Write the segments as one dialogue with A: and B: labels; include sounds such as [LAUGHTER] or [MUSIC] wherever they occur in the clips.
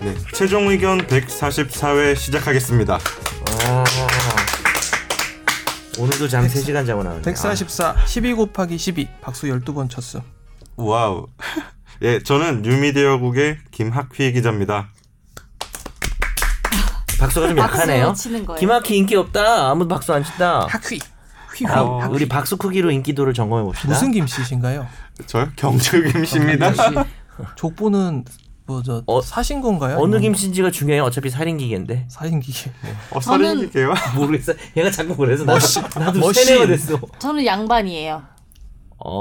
A: 네, 최종 의견 144회 시작하겠습니다.
B: 아, 오늘도 잠 3시간 자고 나왔네. 아,
C: 144 12 곱하기 12 박수 12번 쳤음
A: 와우. 예, 저는 뉴미디어국의 김학휘 기자입니다.
B: 아, 박수가 좀 약하네요.
D: 치는 거예요.
B: 김학휘 인기 없다. 아무도 박수 안 친다.
C: 학휘 휘휘
B: 아, 우리 박수 크기로 인기도를 점검해 봅시다.
C: 무슨 김씨신가요? 네,
A: 저요? 경주 김씨입니다.
C: 족보는 뭐 저
B: 어,
C: 사신 건가요?
B: 어느
C: 아니면
B: 김씨인지가 중요해요. 어차피 살인기계인데. [LAUGHS]
C: 사인기계 뭐.
A: 어설리게요
B: 모르겠어. 얘가 자꾸 그래서 나도,
C: 머신,
B: 나도
C: 머신.
B: 세뇌가 됐어.
D: 저는 양반이에요.
B: 어,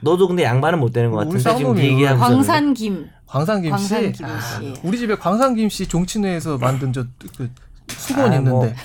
B: 너도 근데 양반은 못 되는 것
C: 우리
B: 같은데 지금
C: 쌍놈이에요.
B: 얘기하고
D: 광산 김.
C: 광산 김씨 아,
D: 광산
B: 아.
D: 김씨.
C: 우리 집에 광산 김씨 종친회에서 만든 저그 수건
B: 아, 뭐.
C: 있는데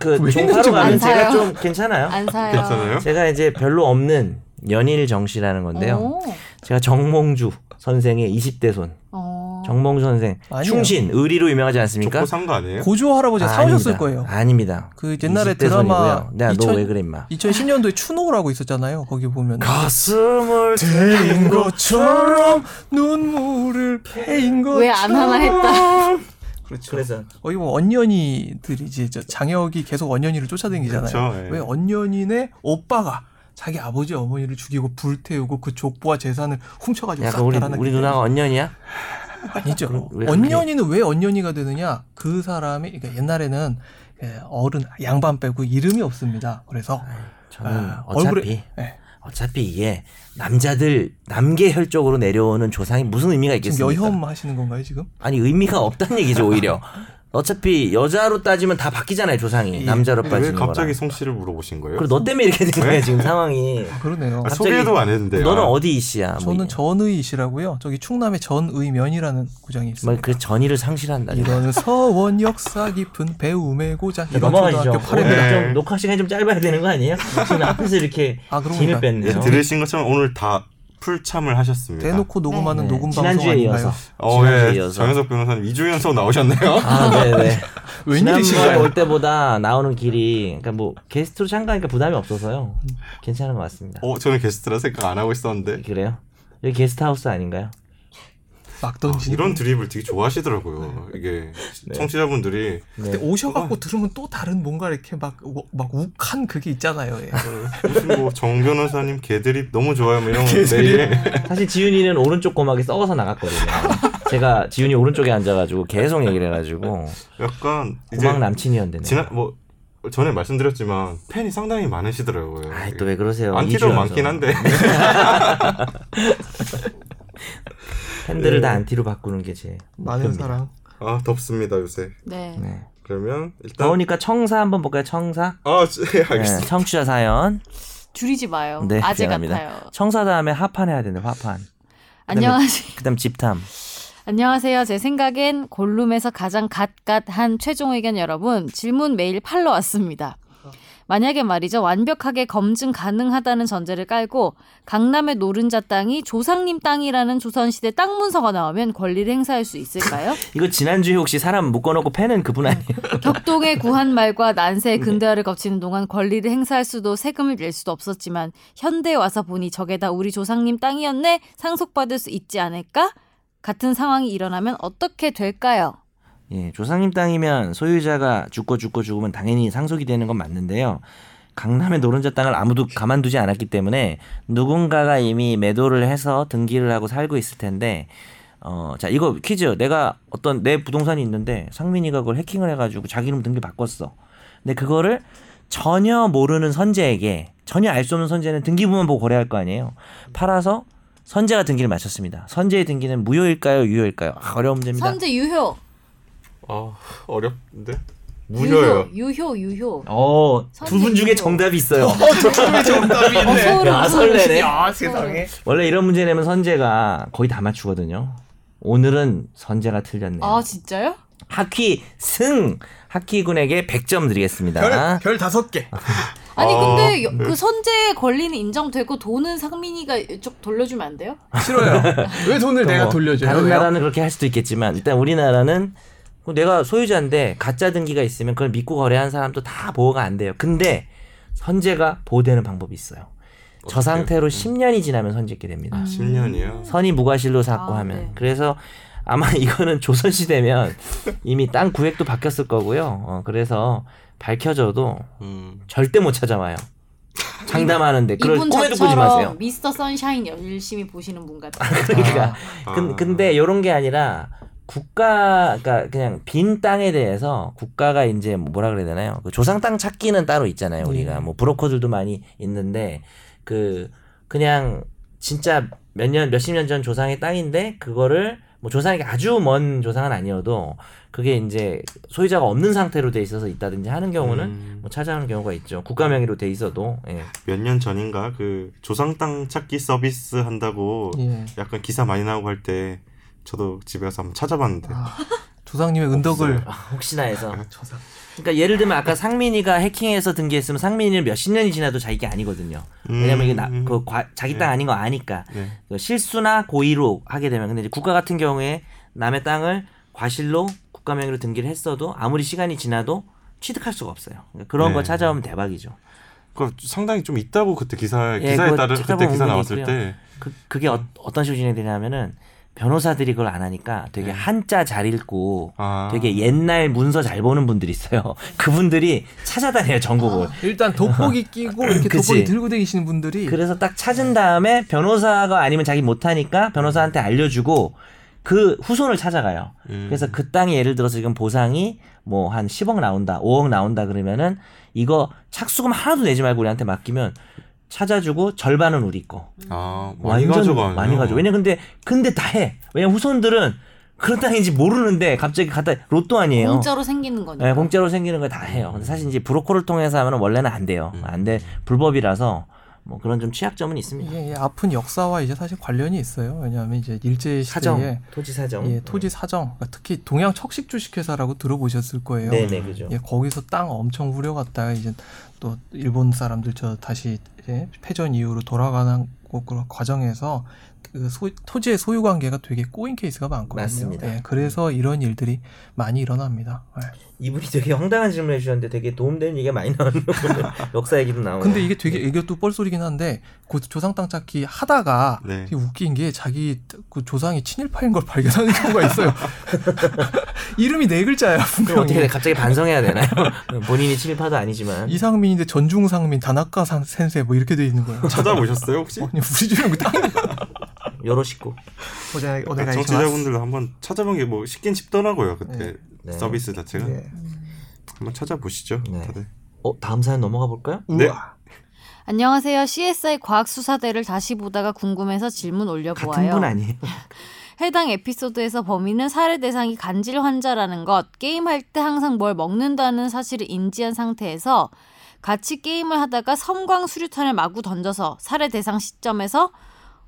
B: 그
C: 왜
B: 종파로
C: 있는지
B: 가면
D: 안
B: 제가
D: 사요.
B: 좀 괜찮아요.
D: 안 사요.
A: 괜찮아요?
B: 네. 제가 이제 별로 없는 연일 정씨라는 건데요.
D: 오.
B: 제가 정몽주 선생의 20대 손.
D: 어.
B: 정몽주 선생.
C: 아니에요.
B: 충신, 의리로 유명하지 않습니까?
A: 족보 산거 아니에요?
C: 고조 할아버지 가 사오셨을
B: 아닙니다.
C: 거예요.
B: 아닙니다.
C: 그 옛날에
B: 20대
C: 드라마
B: 손이고요. 내가 너
C: 2000
B: 왜 그래 임마.
C: 2010년도에 추노라고 있었잖아요. 거기 보면
B: 가슴을
C: 패인 것처럼 눈물을 패인 것처럼
D: 왜 안 하나 했다.
C: 그렇죠.
B: 그래서
C: 거의 뭐 언년이들이 이제 저 장혁이 계속 언년이를 쫓아다니잖아요.
B: 그렇죠.
A: 그쵸, 예.
C: 왜 언년이네 오빠가 자기 아버지 어머니를 죽이고 불태우고 그 족보와 재산을 훔쳐가지고
B: 약간
C: 싹
B: 그 우리
C: 달아나
B: 우리 누나가 언년이야?
C: 아니죠.
B: 왜 그렇게-
C: 언년이는 왜 언년이가 되느냐? 그 사람이 그러니까 옛날에는 예, 어른 양반 빼고 이름이 없습니다. 그래서
B: 저는
C: 아,
B: 어차피
C: 얼굴에- 예.
B: 어차피 이게 남자들 남계 혈족으로 내려오는 조상이 무슨 의미가
C: 지금
B: 있겠습니까?
C: 여혐 하시는 건가요 지금?
B: 아니 의미가 없다는 얘기죠
C: [LAUGHS]
B: 오히려. 어차피 여자로 따지면 다 바뀌잖아요 조상이
C: 예.
B: 남자로
A: 왜
B: 빠지는 거라.
A: 갑자기 송 씨를 물어보신 거예요?
B: 그리고 너 때문에 이렇게 된 거야 지금 상황이.
C: 그러네요.
A: 아, 소개도 안 했는데.
B: 너는
A: 아,
B: 어디 이씨야? 뭐
C: 저는 전의이시라고요. 저기 충남의 전의면이라는 구장이 있습니다.
B: 뭐그 전의를 상실한다.
C: 이런 서원 역사 깊은 배움의 고장 이런
B: 넘어가시죠.
C: 초등학교
B: 오늘
C: 8회입니다.
A: 네.
B: 좀 녹화 시간이 좀 짧아야 되는 거
C: [LAUGHS]
B: 아니에요? 지금 앞에서 이렇게
C: 아, 그런
B: 진을
C: 건가요?
A: 예,
B: 뺐네요.
A: 들으신 것처럼 오늘 다 풀참을 하셨습니다.
C: 대놓고 녹음하는
B: 네.
C: 녹음 방송
B: 지난주에
C: 아닌가요? [LAUGHS]
B: 이어서.
A: 어,
B: 지난주에
A: 예.
B: 이어서.
A: 정현석 변호사님 2주 연속 나오셨네요.
B: 아, 네네. 지난번에 뭐
C: 웬일이신가요?
B: 올 때보다 나오는 길이, 그러니까 뭐 게스트로 참가하니까 부담이 없어서요. 괜찮은 것
A: [LAUGHS]
B: 같습니다.
A: 어, 저는 게스트라 생각 안 하고 있었는데.
B: 그래요? 여기 게스트하우스 아닌가요?
C: 막
A: 아,
B: 네.
C: 던지는.
A: 이런 드립을 되게 좋아하시더라고요. 이게 청취자분들이
B: 네.
C: 근데 오셔갖고 들으면 또 다른 뭔가 이렇게 막 막 욱한 그게 있잖아요. 예.
A: 무슨 뭐정 변호사님 개드립 너무 좋아요. 뭐 이런 개드립.
B: 사실 지윤이는 오른쪽 고막이 썩어서 나갔거든요. 제가 지윤이 오른쪽에 앉아가지고 계속 얘기를 해가지고
A: 약간 이제
B: 고막 남친이었는데.
A: 지난 뭐 전에 말씀드렸지만 팬이 상당히 많으시더라고요.
B: 아이 또 왜 그러세요?
A: 안티도
B: 이주연서.
A: 많긴 한데
B: [LAUGHS] 팬들을 다
A: 네.
B: 안티로 바꾸는 게 제.
C: 많은
B: 목표입니다.
C: 사랑.
A: 아 덥습니다 요새.
D: 네.
B: 네.
A: 그러면 일단
B: 더우니까 청사 한번 볼까요? 청사.
A: 아 예,
B: 네,
A: [LAUGHS] 알겠습니다.
B: 청취자 사연.
D: 줄이지 마요.
B: 네,
D: 아재
B: 미안합니다.
D: 같아요.
B: 청사 다음에 화판 해야 되는데 화판.
D: 안녕하세요.
B: 그다음 집탐.
D: 안녕하세요. 제 생각엔 골룸에서 가장 갓갓한 최종 의견 여러분 질문 메일 팔러 왔습니다. 만약에 말이죠 완벽하게 검증 가능하다는 전제를 깔고 강남의 노른자 땅이 조상님 땅이라는 조선시대 땅 문서가 나오면 권리를 행사할 수 있을까요?
B: 이거 지난주에 혹시 사람 묶어놓고 패는 그분 아니에요?
D: 격동의 구한말과 난세의
B: 네.
D: 근대화를 거치는 동안 권리를 행사할 수도 세금을 낼 수도 없었지만 현대에 와서 보니 저게 다 우리 조상님 땅이었네 상속받을 수 있지 않을까? 같은 상황이 일어나면 어떻게 될까요?
B: 예, 조상님 땅이면 소유자가 죽고 죽고 죽으면 당연히 상속이 되는 건 맞는데요. 강남의 노른자 땅을 아무도 가만두지 않았기 때문에 누군가가 이미 매도를 해서 등기를 하고 살고 있을 텐데 어, 자, 이거 퀴즈. 내가 어떤 내 부동산이 있는데 상민이가 그걸 해킹을 해 가지고 자기 이름 등기 바꿨어. 근데 그거를 전혀 모르는 선재에게 전혀 알 수 없는 선재는 등기부만 보고 거래할 거 아니에요. 팔아서 선재가 등기를 마쳤습니다. 선재의 등기는 무효일까요, 유효일까요? 아, 어려운 문제입니다.
D: 선제 유효,
B: 네.
A: 아 어렵는데 무효요.
D: 유효, 유효, 유효.
B: 어, 두 분 중에
D: 선생님.
B: 정답이 있어요.
C: 아, 정답이
D: 어, 서울은
B: 네, 야,
D: 무슨
B: 설레네.
D: 음식이야?
C: 아 세상에.
B: 원래 이런 문제 내면 선재가 거의 다 맞추거든요. 오늘은 선재가 틀렸네요.
D: 아 진짜요?
B: 하키 승! 하키 군에게 100점 드리겠습니다. 어,
C: 별별 다섯 개.
D: 아니
A: 아,
D: 근데
B: 네.
D: 여- 그 선제의 권리는 인정되고 돈은 상민이가 이쪽 돌려주면 안 돼요?
C: 싫어요. 왜 돈을
B: 뭐
C: 내가 돌려줘요?
B: 다른
C: 왜요?
B: 나라는 그렇게 할 수도 있겠지만 일단 우리나라는 뭐 내가 소유자인데 가짜 등기가 있으면 그걸 믿고 거래한 사람도 다 보호가 안 돼요. 근데 선재가 보호되는 방법이 있어요. 저
C: 음.
B: 상태로 10년이 지나면 음. 선재께 됩니다.
A: 10년이요.
B: 선이 무과실로 샀고
D: 아,
B: 하면
D: 네.
B: 그래서 아마 [LAUGHS] 이거는 조선시대면 이미 땅 구획도 바뀌었을 거고요. 어, 그래서 밝혀져도
A: 음.
B: 절대 못
D: [LAUGHS]
B: 찾아와요. 장담하는데 네, 그럴
D: 이분
B: 꿈에도 꾸지 마세요.
D: 저처럼 미스터 선샤인 열심히 보시는 분 같아.
B: 그러니까
A: 아.
B: 근, 근데 요런 게 아니라 국가가 그러니까 그냥 빈 땅에 대해서 국가가 이제 뭐라 그래야 되나요? 그 조상 땅 찾기는 따로 있잖아요. 우리가
C: 예.
B: 뭐 브로커들도 많이 있는데 그 그냥 진짜 몇 년 몇십 년 전 조상의 땅인데 그거를 뭐 조상에게 아주 먼 조상은 아니어도 그게 이제 소유자가 없는 상태로 돼 있어서 있다든지 하는 경우는
A: 음.
B: 뭐 찾아오는 경우가 있죠. 국가 명의로 돼 있어도 예.
A: 몇 년 전인가 그 조상 땅 찾기 서비스 한다고
B: 음.
C: 예.
A: 약간 기사 많이 나오고 할 때 저도 집에 가서 한번 찾아봤는데
C: 아, 조상님의 은덕을
B: 혹시나 해서
A: 아,
C: 조상.
B: 그러니까 예를 들면 아까 상민이가 해킹해서 등기했으면 상민이는 몇 십 년이 지나도 자기 게 아니거든요.
A: 음.
B: 왜냐면 이게 나, 그 과- 자기 땅
A: 네.
B: 아닌 거 아니까
A: 네.
B: 그 실수나 고의로 하게 되면 근데 이제 국가 같은 경우에 남의 땅을 과실로 국가 명의로 등기를 했어도 아무리 시간이 지나도 취득할 수가 없어요. 그러니까 그런
A: 네.
B: 거 찾아오면 대박이죠.
A: 그 상당히 좀 있다고 그때 기사
B: 예,
A: 기사에
B: 그거
A: 따른
B: 찾아본
A: 그때 기사
B: 분이
A: 나왔을
B: 있고요.
A: 때
B: 그, 그게
A: 음.
B: 어, 떤 식으로 진행되냐면은 변호사들이 그걸 안 하니까 되게
A: 네.
B: 한자 잘 읽고
A: 아.
B: 되게 옛날 문서 잘 보는 분들이 있어요. [LAUGHS] 그분들이 찾아다녀요 전국을.
C: 일단 돋보기 끼고 이렇게
B: 그치.
C: 돋보기 들고 다니시는
A: 예.
C: 분들이
B: 그래서 딱 찾은 다음에 변호사가 아니면 자기 못하니까 변호사한테 알려주고 그 후손을 찾아가요.
A: 음.
B: 그래서 그 땅이 예를 들어서 지금 보상이 뭐 한 10억 나온다, 5억 나온다 그러면은 이거 착수금 하나도 내지 말고 우리한테 맡기면 찾아주고 절반은 우리 거.
A: 아, 많이
B: 음. 완전
A: 가져가네요.
B: 많이 가져. 왜냐 근데 근데 다 해. 왜냐 후손들은 그런 땅인지 모르는데 갑자기 갖다 로또 아니에요.
D: 공짜로 생기는 거니까.
B: 네, 공짜로 생기는 거 다 해요. 근데 사실 이제 브로커를 통해서 하면 원래는 안 돼요.
A: 음.
B: 안 돼. 불법이라서 뭐 그런 좀 취약점은 있습니다.
C: 이게 이 아픈 역사와 이제 사실 관련이 있어요. 왜냐하면 이제 일제
B: 사정,
C: 시대에
B: 토지 사정.
C: 예, 토지 사정, 그러니까 특히 동양 척식 주식회사라고 들어보셨을 거예요.
B: 네, 네, 그죠.
C: 예, 거기서 땅 엄청 후려갔다가 이제 또 일본 사람들 저 다시 이제 패전 이후로 돌아가는 그- 그 과정에서 그 소- 토지의 소유 관계가 되게 꼬인 케이스가 많거든요.
B: 맞습니다.
C: 예, 그래서 이런 일들이 많이 일어납니다. 예.
B: 이분이 되게 황당한 질문을 해주셨는데 되게 도움되는 얘기가 많이 나오는
C: [LAUGHS]
B: 거예요. 역사 얘기도 나오고. 예.
C: 근데 이게 되게
B: 네.
C: 이것도 뻘소리긴 한데 그 조상 땅 찾기 하다가
A: 네.
C: 되게 웃긴 게 자기 그 조상이 친일파인 걸 발견하는 경우가 있어요.
B: [LAUGHS]
C: 이름이 네 글자야
B: 그럼 어떻게
C: 분명히.
B: 해야 돼? 갑자기 반성해야
C: [LAUGHS]
B: 되나요? 본인이 친일파도 아니지만.
C: 이상민인데 전중상민, 다나카 상- 센세 뭐 이렇게 돼
B: [LAUGHS]
C: 있는 거예요.
A: 찾아보셨어요 혹시?
C: 아니 우리 중에 그 땅이
B: 여러 식구.
C: 어제
A: 아, 청취자분들도 한번 찾아본 게 뭐 쉽긴 쉽더라고요 그때
B: 네.
A: 서비스 자체가 한번 찾아보시죠
B: 네.
A: 다들.
B: 어, 다음 사연 넘어가 볼까요?
A: 네.
D: 안녕하세요. CSI 과학수사대를 다시 보다가 궁금해서 질문
B: 같은
D: 올려보아요.
B: 분 [LAUGHS] 아니에요?
D: 해당 에피소드에서 범인은 살해 대상이 간질 환자라는 것, 게임할 때 항상 뭘 먹는다는 사실을 인지한 상태에서 같이 게임을 하다가 섬광 수류탄을 마구 던져서 살해 대상 시점에서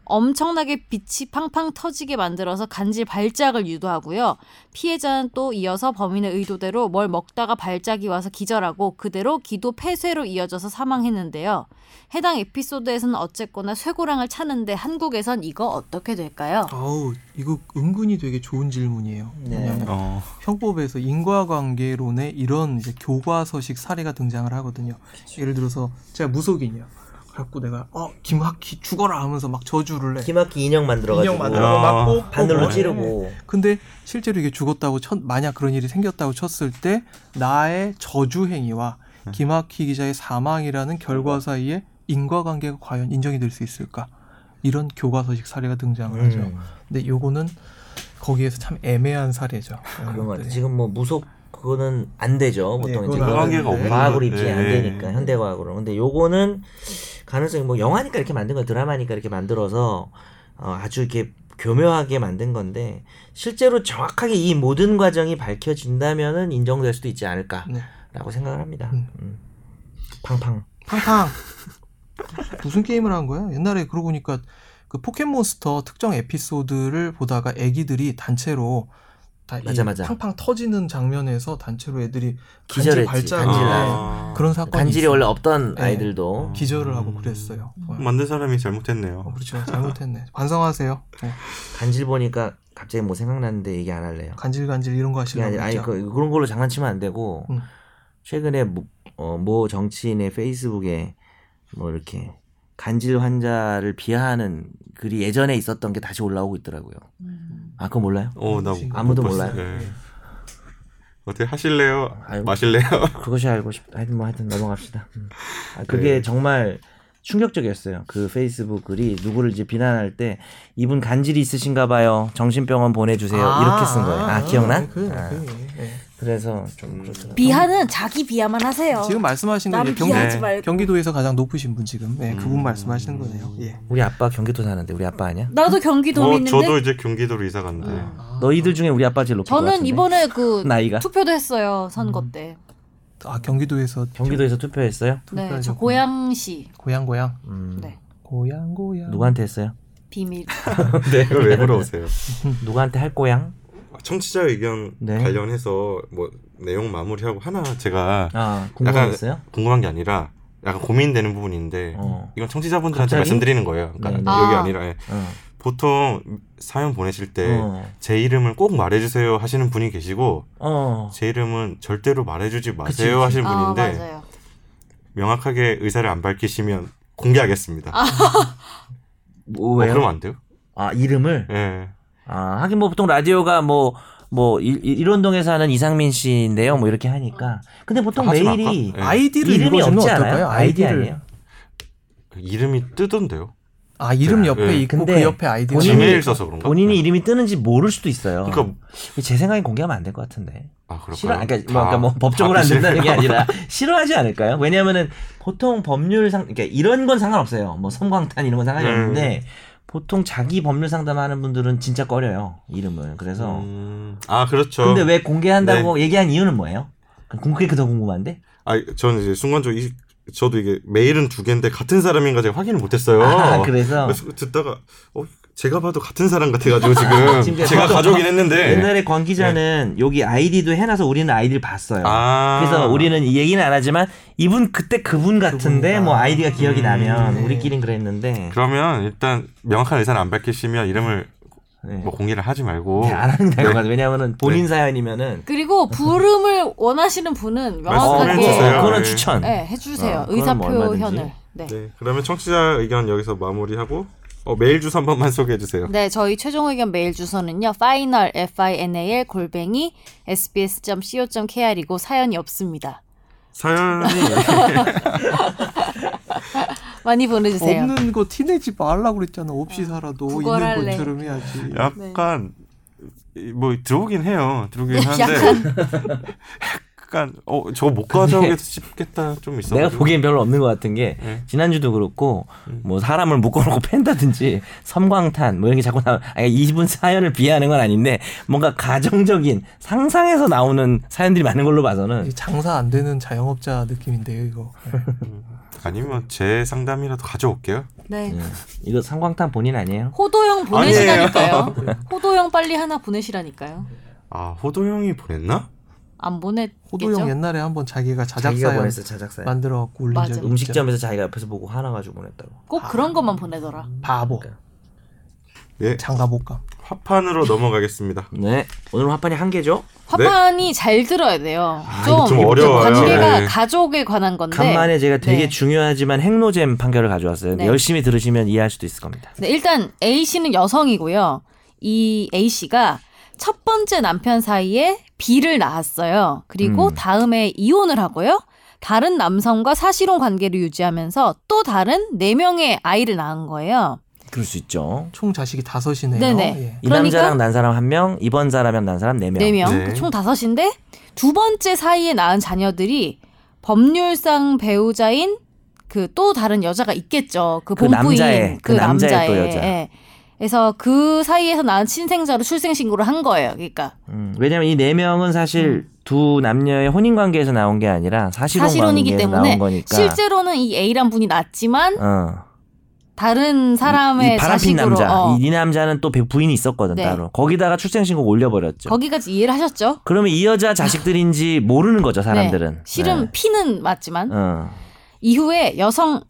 D: 엄청나게 빛이 팡팡 터지게 만들어서 간질 발작을 유도하고요. 피해자는 또 이어서 범인의 의도대로 뭘 먹다가 발작이 와서 기절하고 그대로 기도 폐쇄로 이어져서 사망했는데요. 해당 에피소드에서는 어쨌거나 쇠고랑을 차는데 한국에선 이거 어떻게 될까요?
C: 아우 이거 은근히 되게 좋은 질문이에요.
B: 네.
C: 왜냐하면
A: 어.
C: 형법에서 인과관계론에 이런 이제 교과서식 사례가 등장을 하거든요.
B: 그렇죠.
C: 예를 들어서 제가 무속인이야. 그래갖고 내가 어 김학기 죽어라 하면서 막 저주를 해.
B: 기막기 인형 만들어가지고.
C: 인형 만들어 막
A: 아.
C: 뽑고
B: 바늘로
C: 뭐 해.
B: 찌르고.
C: 근데 실제로 이게 죽었다고 쳤, 만약 그런 일이 생겼다고 쳤을 때 나의 저주 행위와
B: 음.
C: 김학희 기자의 사망이라는 결과 사이에 인과관계가 과연 인정이 될 수 있을까? 이런 교과서식 사례가 등장을 하죠.
B: 음,
C: 근데 요거는 거기에서 참 애매한 사례죠. 이런
B: 그런 거 같아요.
C: 것들이.
B: 지금 뭐 무속 그거는 안 되죠.
C: 네,
B: 보통
C: 그건
B: 이제
C: 안
B: 그거는
C: 되는데.
A: 관계가
B: 과학으로
A: 없는
B: 입증이 안
A: 거죠. 네.
B: 되니까 현대 과학으로. 근데 요거는 가능성이 뭐 영화니까 이렇게 만든 거 드라마니까 이렇게 만들어서 어, 아주 이렇게 교묘하게 만든 건데 실제로 정확하게 이 모든 과정이 밝혀진다면은 인정될 수도 있지 않을까라고
C: 네.
B: 생각을 합니다.
C: 음.
B: 음. 팡팡.
C: 팡팡. 무슨 게임을 한 거야? 옛날에 그러고 보니까 그 포켓몬스터 특정 에피소드를 보다가 애기들이 단체로 다이
B: 맞아, 맞아.
C: 팡팡 터지는 장면에서 단체로 애들이
B: 기절했지,
C: 발작
B: 간질
A: 아.
C: 그런 사건이
B: 간질이
C: 있어요.
B: 원래 없던
C: 네.
B: 아이들도
C: 기절을 하고
A: 음.
C: 그랬어요. 어,
A: 만든 사람이 잘못했네요.
C: 그렇죠. 잘못했네. 반성하세요. 네.
B: 간질 보니까 갑자기 뭐 생각났는데 얘기 안 할래요.
C: 간질간질 이런 거
B: 그게
C: 하시려고
B: 아니, 아니
C: 그랬죠.
B: 그, 그런 걸로 장난치면 안 되고
C: 음.
B: 최근에 뭐, 어, 모 정치인의 페이스북에 뭐 이렇게 간질 환자를 비하하는 글이 예전에 있었던 게 다시 올라오고 있더라고요.
D: 음.
B: 아 그거 몰라요?
A: 어, 나
B: 아무도
A: 못
B: 몰라요?
A: 봤어요. 네. 어떻게 하실래요?
B: 아유.
A: 마실래요?
B: 그것이 알고 싶다. 하여튼 뭐 하여튼 넘어갑시다. 음. 아, 그게
A: 네.
B: 정말 충격적이었어요. 그 페이스북 글이 누구를 이제 비난할 때 이분 간질이 있으신가 봐요. 정신병원 보내주세요. 이렇게 쓴 거예요. 아 기억나?
C: 그,
B: 아,
C: 그, 예.
B: 그래서 좀 그렇더라고요.
E: 비하는 자기 비하만 하세요.
C: 지금 말씀하신 거
E: 나를
C: 이제 경기,
E: 비하지
A: 네.
E: 말고.
C: 경기도에서 가장 높으신 분 지금 예, 그분
A: 음.
C: 말씀하시는 거네요. 예.
B: 우리 아빠 경기도 사는데 우리 아빠 아니야?
E: 나도 경기도
A: 어,
E: 있는데
A: 저도 이제 경기도로 이사 간대.
B: 아. 너희들 중에 우리 아빠 제일 높을 것
D: 저는
B: 같은데.
D: 이번에 그
B: 나이가
D: 투표도 했어요 선거
C: 음.
D: 때.
C: 아 경기도에서
B: 경기도에서 투표했어요?
D: 네, 저
C: 투표하셨구나.
D: 고양시
C: 고향 고향
B: 음,
D: 네.
C: 고향 고향
B: 누구한테 했어요?
D: 비밀.
A: 네, 이걸 왜 물어보세요?
B: 누구한테 할 거양?
A: 청취자 의견
B: 네.
A: 관련해서 뭐 내용 마무리하고 하나 제가
B: 아 궁금한
A: 약간-
B: 거 있어요?
A: 궁금한 게 아니라 약간 고민되는 부분인데
B: 어.
A: 이건 청취자분들한테
B: 갑자기?
A: 말씀드리는 거예요. 그러니까
B: 네, 네.
A: 여기
D: 아.
A: 아니라 예.
B: 어.
A: 보통 사연 보내실 때 제
B: 어.
A: 이름을 꼭 말해주세요 하시는 분이 계시고
B: 어.
A: 제 이름은 절대로 말해주지
B: 그치,
A: 마세요
B: 그치.
A: 하시는
D: 아
A: 분인데
D: 맞아요.
A: 명확하게 의사를 안 밝히시면 공개하겠습니다.
D: 아.
B: 뭐,
A: 어,
B: 왜요?
A: 그러면 안 돼요?
B: 아 이름을?
A: 예.
B: 아 하긴 뭐 보통 라디오가 뭐 뭐 일원동에서 하는 이상민 씨인데요, 뭐 이렇게 하니까. 근데 보통
A: 하지
B: 메일이
A: 말까? 예.
C: 아이디를
B: 이름이
C: 읽어주면
B: 없지
C: 어떨까요?
B: 않아요? 아이디 아니에요?
A: 그 이름이 뜨던데요.
C: 아 이름 옆에
A: 예.
C: 있고
B: 근데
C: 그 옆에 아이디가
B: 본인이-
A: 지메일 써서 그런가?
B: 본인이
A: 예.
B: 이름이 뜨는지 모를 수도 있어요.
A: 그러니까
B: 제 생각엔 공개하면 안 될 것 같은데.
A: 아 그럴까요?
B: 싫어, 그러니까 뭐,
A: 다-
B: 그러니까 뭐
A: 다
B: 법적으로 안
A: 싫어요.
B: 된다는
A: [LAUGHS]
B: 게 아니라 싫어하지 않을까요? 왜냐하면은 보통 법률상 그러니까 이런 건 상관없어요. 뭐 섬광탄 이런 건 상관이
A: 네.
B: 없는데 보통 자기 법률 상담하는 분들은 진짜 꺼려요 이름을. 그래서
A: 음, 아 그렇죠.
B: 근데 왜 공개한다고 얘기한 이유는 뭐예요? 그게 더 궁금한데.
A: 아, 저는 이제 순간적으로 이, 저도 이게 메일은 두 개인데 같은 사람인가 제가 확인을 못했어요.
B: 아, 그래서
A: 그래서 듣다가 어, 제가 봐도 같은 사람 같아가지고 지금
B: [LAUGHS]
A: [LAUGHS]
B: 지금
A: 제가
B: 저도
A: 가족긴 했는데
B: 옛날에 권 기자는 여기 아이디도 해놔서 우리는 아이디를 봤어요.
A: 아,
B: 그래서 우리는 이 얘기는 안 하지만 이분 그때 그분 같은데
C: 그분이다.
B: 뭐 아이디가
A: 음,
B: 기억이 나면
C: 네.
B: 우리끼린 그랬는데
A: 그러면 일단 명확한 의사를 안 밝히시면 이름을
B: 네.
A: 뭐 공개를 하지 말고
B: 네, 안 하는 게 나을 것 같아요. 왜냐하면은 본인 사연이면은 어,
D: 그리고 부름을 원하시는 분은
A: 말씀해
D: 명확하게
A: 주세요.
B: 그거는
A: 네.
B: 추천.
D: 아, 그렇죠. 네, 해주세요.
B: 어, 그거는
D: 의사
B: 뭐 얼마든지.
D: 표현을. 네.
A: 네, 그러면 청취자 의견 여기서 마무리하고 어, 메일 주소 한 번만 소개해 주세요.
D: 네, 저희 최종 의견 메일 주소는요. final f i n a l 골뱅이 sbs.co.kr이고 사연이 없습니다.
A: 사연이
D: 많이 보내주세요.
C: 없는 거 티내지 말라 그랬잖아. 없이 살아도 있는
D: 구걸 할래.
C: 것처럼 해야지.
A: 약간 이- 뭐 들어오긴 해요. 들어오긴 하는데 약간 어 저거 못 가져오겠 싶겠다 좀 있어.
B: 내가 보기엔 별로 없는 것 같은 게
A: 네.
B: 지난주도 그렇고 뭐 사람을 묶어놓고 팬다든지 섬광탄 뭐 이런 게 자꾸 나와 아니 이분 사연을 비하하는 건 아닌데 뭔가 가정적인 상상에서 나오는 사연들이 많은 걸로 봐서는
C: 이게 장사 안 되는 자영업자 느낌인데요, 이거.
A: 아니면 제 상담이라도 가져올게요.
D: 네.
B: 음, 이거 섬광탄 본인 아니에요?
D: 호도형
B: [LAUGHS]
D: 보내시라니까요. 호도형 빨리 하나 보내시라니까요.
A: 아 호도 형이 보냈나?
D: 안 보냈겠죠?
C: 호도형 옛날에 한번 자기가
B: 자기가
C: 자작사연
B: 보냈어 자작사연
C: 만들어 갖고 올린
D: 맞아.
C: 적이 있죠.
B: 음식점에서 자기가 옆에서 보고 화나가지고 보냈다고
D: 꼭
C: 아.
D: 그런 것만 보내더라.
B: 네.
C: 바보.
B: 그러니까.
A: 예.
C: 장가 못 감.
A: 화판으로 넘어가겠습니다.
B: 네 오늘 화판이 한 개죠?
D: 화판이 잘 들어야 돼요.
B: 아,
A: 이거 좀 어려워요.
D: 관계가
A: 네.
D: 가족에 관한 건데.
B: 간만에 제가 되게
D: 네.
B: 중요하지만 행로잼 판결을 가져왔어요
D: 네.
B: 열심히 들으시면 이해할 수도 있을 겁니다
D: 네, 일단 A 씨는 여성이고요. 이 A 씨가 첫 번째 남편 사이에 B를 낳았어요. 그리고
B: 음.
D: 다음에 이혼을 하고요. 다른 남성과 사실혼 관계를 유지하면서 또 다른 네명의 아이를 낳은 거예요.
B: 그럴 수 있죠
C: 총 자식이 다섯이네요.
D: 네네.
C: 예.
B: 이
D: 그러니까-
B: 남자랑 난 사람 한 명, 이번 사람이랑 난 사람 네 명.
D: 네명
A: 네.
D: 그총 다섯인데 두 번째 사이에 낳은 자녀들이 법률상 배우자인 그 또 다른 여자가 있겠죠. 그
B: 그
D: 본부인
B: 남자의, 그 남자의 또 여자.
D: 예. 그래서 그 사이에서 낳은 친생자로 출생 신고를 한 거예요. 그러니까
B: 음, 왜냐면 이 네 명은 사실 두 남녀의 혼인 관계에서 나온 게 아니라 사실혼
D: 음. 사실혼이기
B: 관계에서
D: 때문에
B: 나온 거니까.
D: 실제로는 이 A란 분이 낫지만
B: 어.
D: 다른
B: 이
D: 사람의
B: 바람핀
D: 자식으로
B: 남자,
D: 어,
B: 이, 이 남자는 또 배- 부인이 있었거든
D: 네.
B: 따로. 거기다가 출생신고 올려버렸죠.
D: 거기까지 이해를 하셨죠?
B: 그러면 이 여자 자식들인지 모르는 거죠 사람들은.
D: 네. 실은 피는 맞지만
B: 네. 어.
D: 이후에 여성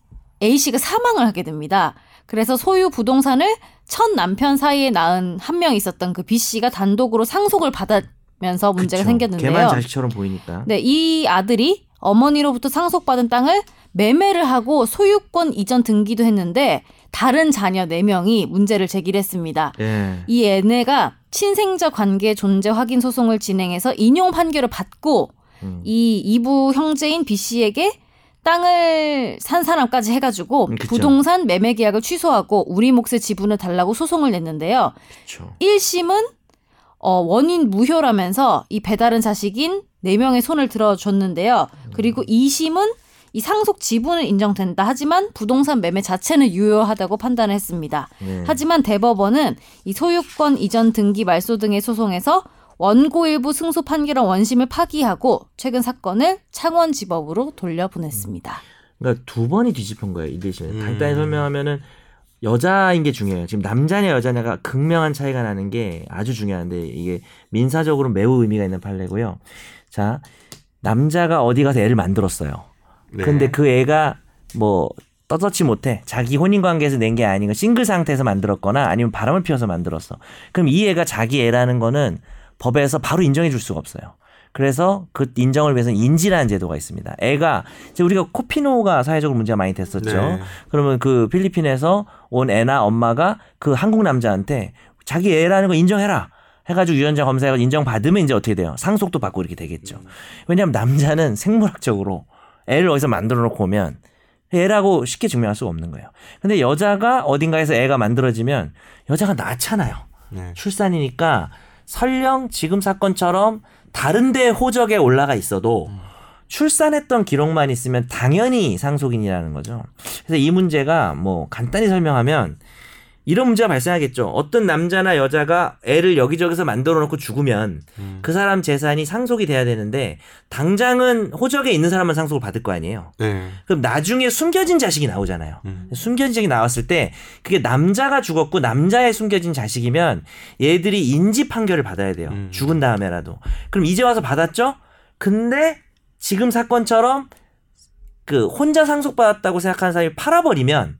D: A 씨가 사망을 하게 됩니다. 그래서 소유 부동산을 첫 남편 사이에 낳은 한 명 있었던 그 B 씨가 단독으로 상속을 받으면서 문제가
B: 그쵸.
D: 생겼는데요.
B: 걔만 자식처럼 보이니까.
D: 네, 이 아들이 어머니로부터 상속받은 땅을 매매를 하고 소유권 이전 등기도 했는데 다른 자녀 4명이 문제를 제기했습니다.
B: 예.
D: 이 애네가 친생자 관계 존재 확인 소송을 진행해서 인용 판결을 받고
B: 음.
D: 이 이부 형제인 B 씨에게 땅을 산 사람까지 해가지고
B: 음, 그쵸.
D: 부동산 매매 계약을 취소하고 우리 몫의 지분을 달라고 소송을 냈는데요.
B: 그렇죠.
D: 1심은 어, 원인 무효라면서 이 배달은 자식인 4명의 손을 들어줬는데요. 그리고 2심은 이 상속 지분은 인정된다 하지만 부동산 매매 자체는 유효하다고 판단했습니다.
B: 예.
D: 하지만 대법원은 이 소유권 이전 등기 말소 등의 소송에서 원고 일부 승소 판결한 원심을 파기하고 최근 사건을 창원지법으로 돌려보냈습니다.
B: 그러니까 두 번이 뒤집힌 거예요. 이 대신에
A: 음.
B: 간단히 설명하면은 여자인 게 중요해요. 지금 남자냐 여자냐가 극명한 차이가 나는 게 아주 중요한데 이게 민사적으로 매우 의미가 있는 판례고요. 자 남자가 어디 가서 애를 만들었어요.
A: 네.
B: 근데 그 애가 뭐 떠서치 못해 자기 혼인 관계에서 낸 게 아닌 거 싱글 상태에서 만들었거나 아니면 바람을 피워서 만들었어. 그럼 이 애가 자기 애라는 거는 법에서 바로 인정해 줄 수가 없어요. 그래서 그 인정을 위해서 는 인지라는 제도가 있습니다. 애가 이제 우리가 코피노가 사회적으로 문제가 많이 됐었죠.
A: 네.
B: 그러면 그 필리핀에서 온 애나 엄마가 그 한국 남자한테 자기 애라는 거 인정해라. 해가지고 유전자 검사해서 인정받으면 이제 어떻게 돼요? 상속도 받고 이렇게 되겠죠. 왜냐하면 남자는 생물학적으로 애를 어디서 만들어 놓고 오면 애라고 쉽게 증명할 수가 없는 거예요. 근데 여자가 어딘가에서 애가 만들어지면 여자가 낳잖아요.
A: 네.
B: 출산이니까 설령 지금 사건처럼 다른데 호적에 올라가 있어도 출산했던 기록만 있으면 당연히 상속인이라는 거죠. 그래서 이 문제가 뭐 간단히 설명하면 이런 문제가 발생하겠죠. 어떤 남자나 여자가 애를 여기저기서 만들어 놓고 죽으면 그 사람 재산이 상속이 돼야 되는데 당장은 호적에 있는 사람만 상속을 받을 거 아니에요.
A: 네.
B: 그럼 나중에 숨겨진 자식이 나오잖아요.
A: 음.
B: 숨겨진 자식이 나왔을 때 그게 남자가 죽었고 남자의 숨겨진 자식이면 얘들이 인지 판결을 받아야 돼요.
A: 음.
B: 죽은 다음에라도. 그럼 이제 와서 받았죠? 근데 지금 사건처럼 그 혼자 상속받았다고 생각하는 사람이 팔아버리면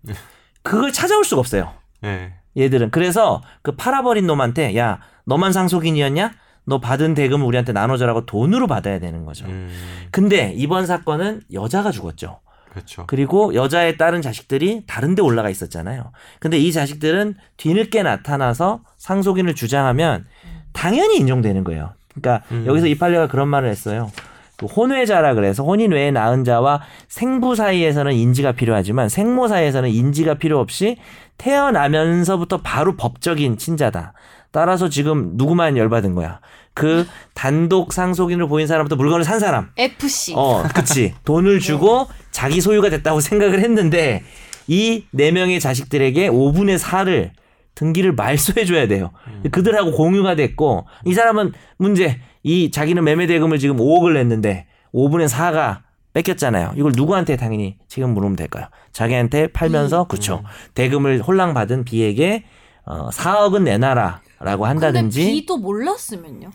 B: 그걸 찾아올 수가 없어요.
A: 네.
B: 얘들은 그래서 그 팔아버린 놈한테 야 너만 상속인이었냐? 너 받은 대금을 우리한테 나눠줘라고 돈으로 받아야 되는 거죠.
A: 음.
B: 근데 이번 사건은 여자가 죽었죠.
A: 그렇죠.
B: 그리고 여자의 딸은 자식들이 다른데 올라가 있었잖아요. 근데 이 자식들은 뒤늦게 나타나서 상속인을 주장하면 당연히 인정되는 거예요. 그러니까
A: 음.
B: 여기서 이 판례가 그런 말을 했어요. 그 혼외자라 그래서 혼인 외에 낳은 자와 생부 사이에서는 인지가 필요하지만 생모 사이에서는 인지가 필요 없이 태어나면서부터 바로 법적인 친자다. 따라서 지금 누구만 열받은 거야. 그 단독 상속인을 보인 사람부터 물건을 산 사람.
D: FC.
B: 어, 그치. 돈을 주고
D: 네.
B: 자기 소유가 됐다고 생각을 했는데 이 네 명의 자식들에게 5분의 4를 등기를 말소해줘야 돼요.
D: 음.
B: 그들하고 공유가 됐고 이 사람은 문제 이 자기는 매매 대금을 지금 5억을 냈는데 5분의 4가 뺏겼잖아요. 이걸 누구한테 당연히 책임 물으면 될까요? 자기한테 팔면서
D: 음.
B: 그쵸 대금을 홀랑 받은 B에게 어, 4억은 내놔라라고 한다든지.
D: 근데 B도 몰랐으면요.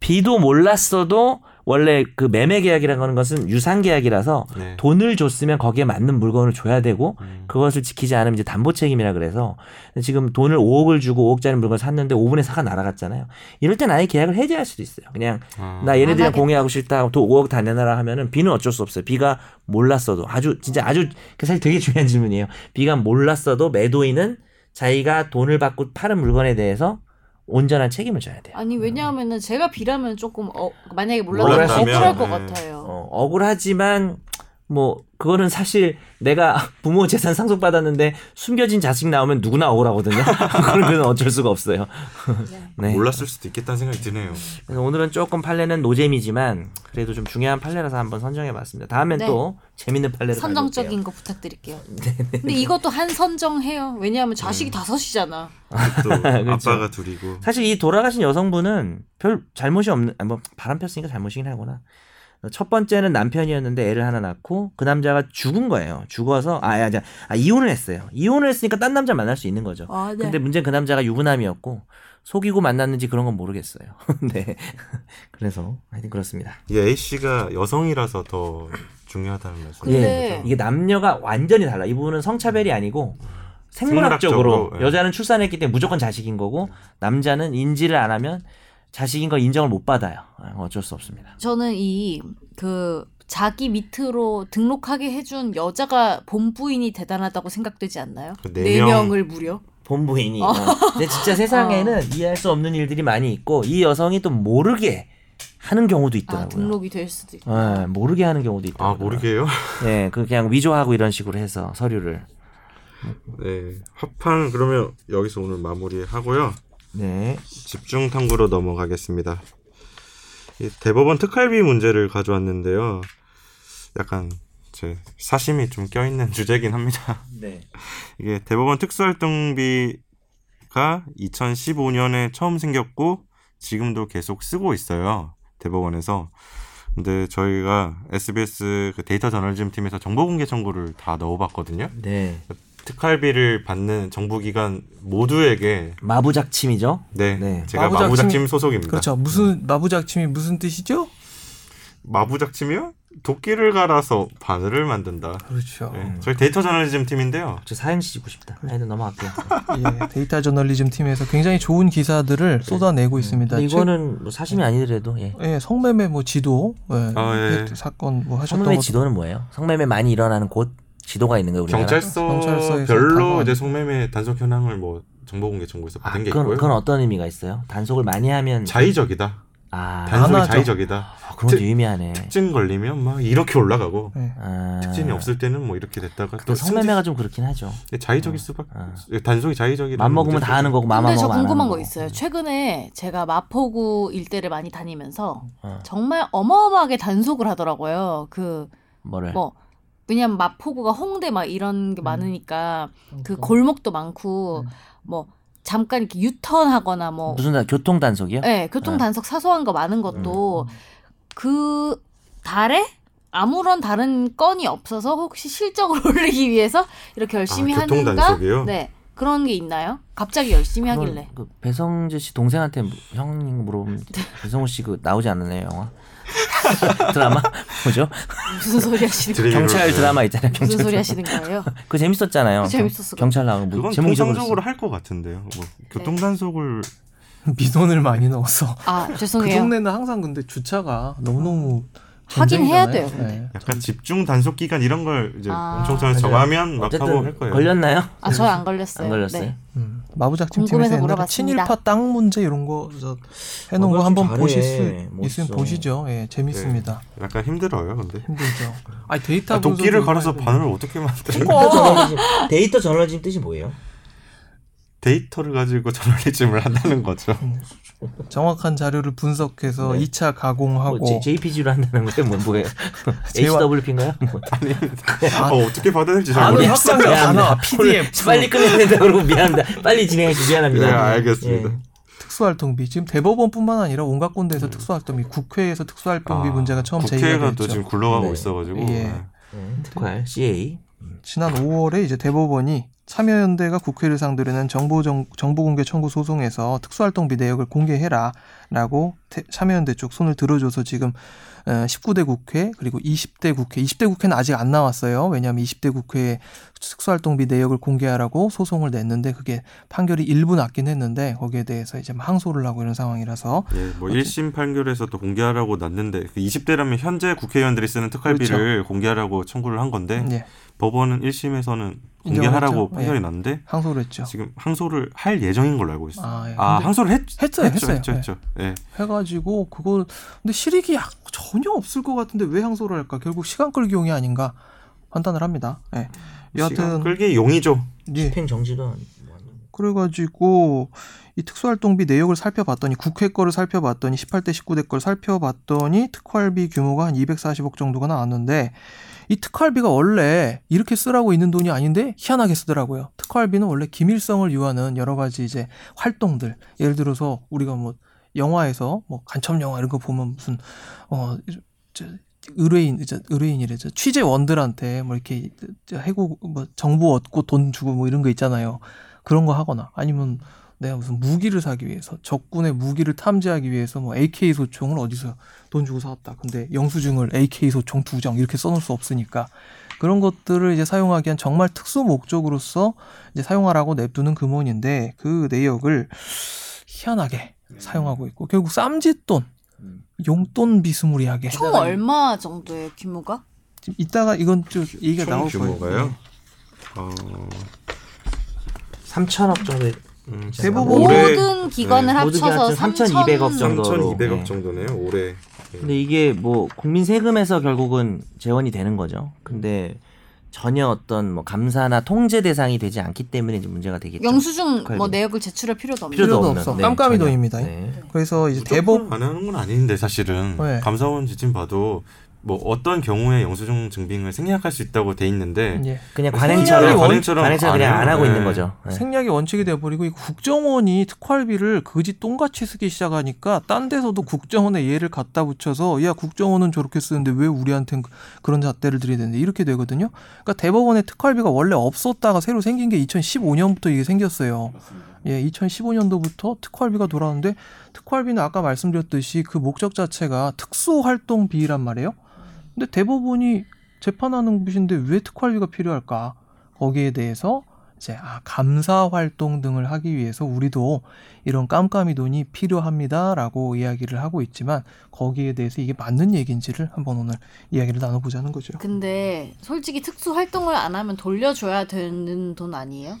B: 비도 몰랐어도 원래 그 매매 계약이라는 거는 것은 유상 계약이라서
A: 네.
B: 돈을 줬으면 거기에 맞는 물건을 줘야 되고
A: 음.
B: 그것을 지키지 않으면 이제 담보 책임이라 그래서 지금 돈을 5억을 주고 5억짜리 물건을 샀는데 5분의 4가 날아갔잖아요. 이럴 땐 아예 계약을 해제할 수도 있어요. 그냥
A: 아.
B: 나
D: 안
B: 얘네들이랑
D: 하겠다.
B: 공유하고 싫다. 돈 5억 다 내놔라 하면은 비는 어쩔 수 없어요. 비가 몰랐어도 아주 진짜 아주 그 사실 되게 중요한 질문이에요. 비가 몰랐어도 매도인은 자기가 돈을 받고 파는 물건에 대해서 온전한 책임을 져야 돼요.
D: 아니 왜냐하면은 제가 B라면 조금 어, 만약에 몰랐다면
B: 몰랐으면,
D: 억울할 것
A: 네.
D: 같아요.
B: 어, 억울하지만 뭐 그거는 사실 내가 [LAUGHS] 부모 재산 상속 받았는데 숨겨진 자식 나오면 누구나 억울하거든요. [LAUGHS] 그런 건 어쩔 수가 없어요. 네.
A: 몰랐을 수도 있겠다는 생각이 드네요.
B: 그래서 오늘은 조금 판례는 노잼이지만 그래도 좀 중요한 판례라서 한번 선정해봤습니다. 다음엔
D: 네.
B: 또 재밌는 판례를
D: 선정적인 거 부탁드릴게요.
B: 네,
D: 근데 이것도 한 선정해요. 왜냐하면 자식이 다섯이잖아.
B: [LAUGHS]
A: 또
B: 그렇죠.
A: 아빠가 둘이고.
B: 사실 이 돌아가신 여성분은 별 잘못이 없는 아니, 뭐 바람 폈으니까 잘못이긴 하구나. 첫 번째는 남편이었는데 애를 하나 낳고 그 남자가 죽은 거예요. 죽어서 아, 아, 아 이혼을 했어요. 이혼을 했으니까 딴 남자 만날 수 있는 거죠.
E: 아, 네.
B: 근데 문제는 그 남자가 유부남이었고 속이고 만났는지 그런 건 모르겠어요. [LAUGHS] 네. 그래서 하여튼 그렇습니다.
A: 이 A 씨가 여성이라서 더 중요하다는 말씀.
D: 근데-
B: 예. 이게 남녀가 완전히 달라. 이 부분은 성차별이 아니고 생물학적으로,
A: 생물학적으로, 예.
B: 여자는 출산했기 때문에 무조건 자식인 거고 남자는 인지를 안 하면 자식인 걸 인정을 못 받아요. 아, 어쩔 수 없습니다.
D: 저는 이 그 자기 밑으로 등록하게 해준 여자가 본부인이 대단하다고 생각되지 않나요?
B: 그
A: 네
E: 네
A: 명.
E: 명을 무려.
B: 본부인이. 어. 근데 진짜 세상에는
D: 어.
B: 이해할 수 없는 일들이 많이 있고 이 여성이 또 모르게 하는 경우도
D: 아,
B: 있더라고요.
D: 등록이 될 수도 있고.
B: 예, 모르게 하는
A: 아
B: 경우도 있더라고요.
A: 모르게요.
B: 예, 그 그냥 위조하고 이런 식으로 해서 서류를.
A: 네 화판 그러면 여기서 오늘 마무리하고요.
B: 네.
A: 집중 탐구로 넘어가겠습니다. 이 대법원 특활비 문제를 가져왔는데요. 약간 제 사심이 좀 껴있는 [LAUGHS] 주제긴 합니다.
B: 네.
A: 이게 대법원 특수활동비가 2015년에 처음 생겼고 지금도 계속 쓰고 있어요. 대법원에서. 근데 저희가 SBS 그 데이터 저널리즘 팀에서 정보 공개 청구를 다 넣어봤거든요.
B: 네.
A: 특활비를 받는 정부기관 모두에게
B: 마부작침이죠.
A: 네,
B: 네.
A: 제가
C: 마부작침-
A: 마부작침 소속입니다.
C: 그렇죠. 무슨 마부작침이 무슨 뜻이죠?
A: 마부작침이요? 도끼를 갈아서 바늘을 만든다.
C: 그렇죠.
A: 네,
B: 어.
A: 저희 데이터 저널리즘 팀인데요.
B: 저 사행시 짓고 싶다. 하여튼 넘어갈게요.
C: 예, 데이터 저널리즘 팀에서 굉장히 좋은 기사들을 쏟아내고 있습니다.
B: 근데 네. 이거는 뭐 사심이 아니더라도 예.
C: 최- 예, 성매매 뭐 지도 예,
A: 아, 예.
C: 팩트 사건 뭐 하셨던
B: 성매매
C: 것도
B: 지도는 뭐예요? 성매매 많이 일어나는 곳 지도가 있는 거예요. 우리나라?
A: 경찰서
C: 경찰서에서
A: 별로
C: 다가온-
A: 이제 속매매 단속 현황을 뭐 정보공개 청구에서
B: 아,
A: 받은 게
B: 그건,
A: 있고요.
B: 그건 어떤 의미가 있어요? 단속을 많이 하면
A: 자의적이다.
B: 아,
A: 단속이
C: 안 하죠.
A: 자의적이다.
B: 아, 그런 것도
A: 특-
B: 유의미하네.
A: 특징 걸리면 막 이렇게 올라가고
C: 예.
B: 아,
C: [LAUGHS]
A: 특징이 없을 때는 뭐 이렇게 됐다가
B: 또
A: 또
B: 성매매가 좀 그렇긴 하죠.
A: 승진- 예, 자의적일 수밖에 예,
B: 아.
A: 단속이 자의적이다.
B: 맘 먹으면 다 하는 거고 맘 안
D: 근데 저
B: 먹으면 안 하는
D: 궁금한
B: 거고.
D: 거 있어요. 최근에 제가 마포구 일대를 많이 다니면서
B: 어.
D: 정말 어마어마하게 단속을 하더라고요. 그
B: 뭐를?
D: 뭐 왜냐면 마포구가 홍대 막 이런 게 많으니까 음. 그 골목도 많고 뭐 잠깐 이렇게 유턴하거나 뭐
B: 무슨 단- 교통 단속이요?
D: 네, 교통 단속 사소한 거 많은 것도 그 달에 아무런 다른 건이 없어서 혹시 실적을 [LAUGHS] 올리기 위해서 이렇게 열심히
A: 아, 교통
D: 하는가?
A: 단속이요?
D: 네. 그런 게 있나요? 갑자기 열심히
B: 그건
D: 하길래.
B: 그 배성재 씨 동생한테 무- 형님 물어보면 배성우 씨 그 나오지 않았나요 영화 드라마 뭐죠
D: 무슨 소리 하시는 거예요?
B: 경찰 드라마 있잖아요 경찰
D: 무슨 소리
B: 드라마.
D: 하시는 거예요?
B: 그거 재밌었잖아요
D: 그거 재밌었어.
B: 경찰 나오는 거
A: 그건
B: 뭐 제목
A: 통상적으로
B: 잊어버렸어
A: 할 것 같은데요. 뭐 교통 단속을
C: 미돈을 많이 넣었어.
D: 아,
C: 그
D: 죄송해요.
C: 동네는 항상 근데 주차가 너무너무
D: 하긴 해야
C: 전쟁이잖아요.
D: 돼요, 근데.
C: 예.
A: 약간 집중 단속 기간 이런 걸 이제
D: 아.
A: 엄청 잘
C: 맞아요.
A: 정하면 막 하고 할
B: 어쨌든
A: 거예요.
B: 걸렸나요
D: 아, 저 안 걸렸어요.
B: 안 걸렸어요
D: 네.
C: 음, 마부작침
D: 궁금해서
C: 팀에서 옛날에
D: 물어봤습니다.
C: 친일파 땅 문제 이런 거 저, 해놓은 거
B: 마부작침 어,
C: 한번
B: 잘해.
C: 보실 수 있으면
B: 멋있어. 네.
C: 보시죠. 예, 재밌습니다.
A: 약간 힘들어요, 근데.
C: 힘들죠. 아니 데이터
A: 아, 도끼를
C: 분석을
A: 갈아서
C: 해야
A: 바늘을 어떻게 만들어?
B: 데이터 저널리즘 데이터 저널리즘 뜻이 뭐예요
A: 데이터를 가지고 저널리즘을 한다는 거죠.
C: 돼요. 정확한 자료를 분석해서
B: 네.
C: 이 2차 가공하고
B: 뭐 JPG로 한다는 거예요 뭐 뭐예요
C: 제와-
B: HWP인가요 뭐.
A: 아, [LAUGHS] 어떻게 받아야 될지 잘
C: 네. 아니,
A: 모르겠어요.
C: 협상자
B: 미안합니다.
C: 단어,
B: 오늘
C: PDF.
B: 빨리 끝내야 된다 그러고 미안합니다 빨리 진행해 주시 미안합니다
A: 네, 알겠습니다.
B: 예.
C: 특수활동비 지금 대법원뿐만 아니라 온갖 군데에서 특수활동비 국회에서 특수활동비
A: 음. 아,
C: 문제가 처음 제기가
A: 국회가 또
C: 됐죠.
A: 지금 굴러가고
B: 네.
A: 있어가지고
C: 예.
A: 아,
B: 예, 특활 CA
C: 지난 5월에 이제 대법원이 참여연대가 국회를 상대로 낸 정보 정, 정보공개 청구 소송에서 특수활동비 내역을 공개해라라고 태- 참여연대 쪽 손을 들어줘서 지금 어, 19대 국회 그리고 20대 국회 20대 국회는 아직 안 나왔어요. 왜냐하면 20대 국회에 특수활동비 내역을 공개하라고 소송을 냈는데 그게 판결이 일부 났긴 했는데 거기에 대해서 이제 막 항소를 하고 이런 상황이라서
A: 예, 뭐 1심 판결에서 또 공개하라고 났는데 그 20대라면 현재 국회의원들이 쓰는 특활비를
C: 그렇죠.
A: 공개하라고 청구를 한 건데
C: 예,
A: 법원은 1심에서는
C: 인정을
A: 공개하라고
C: 했죠.
A: 판결이
C: 예.
A: 났는데
C: 항소를 했죠.
A: 지금 항소를 할 예정인 걸로 알고 있어요.
C: 아, 예.
A: 아,
C: 근데
A: 항소를 했,
C: 했어요,
A: 했죠,
C: 했어요.
A: 했죠,
C: 예.
A: 했죠. 예.
C: 해가지고 그걸 근데 실익이 약- 전혀 없을 것 같은데 왜 항소를 할까? 결국 시간 끌기용이 아닌가 판단을 합니다. 예.
A: 시간
C: 여하튼
A: 끌기 용이죠.
C: 예.
B: 집행 정지도 안-
C: 그래가지고 이 특수활동비 내역을 살펴봤더니 국회 거를 살펴봤더니 18대 19대 걸 살펴봤더니 특활비 규모가 한 240억 정도가 나왔는데 이 특활비가 원래 이렇게 쓰라고 있는 돈이 아닌데 희한하게 쓰더라고요. 특활비는 원래 기밀성을 유하는 여러 가지 이제 활동들 예를 들어서 우리가 뭐 영화에서 뭐 간첩 영화 이런 거 보면 무슨 어 저, 의뢰인 저, 의뢰인이래 저 취재원들한테 뭐 이렇게 저 해고 뭐 정보 얻고 돈 주고 뭐 이런 거 있잖아요. 그런 거 하거나 아니면 내가 무슨 무기를 사기 위해서 적군의 무기를 탐지하기 위해서 뭐 AK 소총을 어디서 돈 주고 사왔다. 근데 영수증을 AK 소총 두 장 이렇게 써놓을 수 없으니까 그런 것들을 이제 사용하기 한 정말 특수 목적으로서 이제 사용하라고 냅두는 금원인데 그 내역을 희한하게 사용하고 있고 결국 쌈짓돈 용돈 비스무리하게.
D: 총 얼마 정도예요 규모가?
C: 지금 이따가 이건 좀 얘기가
A: 총
C: 나올 거예요.
A: 규모가요?
C: 네.
A: 어,
B: 3천억 정도
A: 음,
C: 대부분
A: 올해
D: 모든 기관을
A: 네.
D: 합쳐서
B: 모든 기관은 3,200억
D: 3,200억
B: 정도. 정도로.
A: 3,200억
B: 네.
A: 정도네요. 올해. 네.
B: 근데 이게 뭐 국민 세금에서 결국은 재원이 되는 거죠. 근데 전혀 어떤 뭐 감사나 통제 대상이 되지 않기 때문에 이제 문제가 되겠죠.
D: 영수증 뭐
B: 칼빈.
D: 내역을 제출할 필요도 없는.
C: 필요도 없어.
B: 전혀.
C: 깜깜이 돈입니다.
B: 네.
C: 그래서 이제
A: 대법
C: 대법
A: 안 하는 건 아닌데 사실은
C: 네.
A: 감사원 지침 봐도 뭐 어떤 경우에 영수증 증빙을 생략할 수 있다고 돼 있는데
C: 예.
B: 그냥
A: 생략이
B: 관행처럼
A: 원칙처럼
B: 관행처럼
A: 안
B: 그냥 안
A: 해요.
B: 하고
A: 네.
B: 있는 거죠. 네.
C: 생략이 원칙이 돼버리고 이 국정원이 특활비를 거지 똥같이 쓰기 시작하니까 딴 데서도 국정원에 얘를 갖다 붙여서 야 국정원은 저렇게 쓰는데 왜 우리한텐 그- 그런 잣대를 들이야 되는데 이렇게 되거든요. 그러니까 대법원의 특활비가 원래 없었다가 새로 생긴 게 2015년부터 이게 생겼어요. 예, 2015년도부터 특활비가 돌아오는데 특활비는 아까 말씀드렸듯이 그 목적 자체가 특수활동비란 말이에요. 근데 대법원이 재판하는 곳인데 왜 특활비가 필요할까? 거기에 대해서 이제 아, 감사 활동 등을 하기 위해서 우리도 이런 깜깜이 돈이 필요합니다라고 이야기를 하고 있지만 거기에 대해서 이게 맞는 얘기인지를 한번 오늘 이야기를 나눠보자는 거죠.
D: 그 근데 솔직히 특수 활동을 안 하면 돌려줘야 되는 돈 아니에요?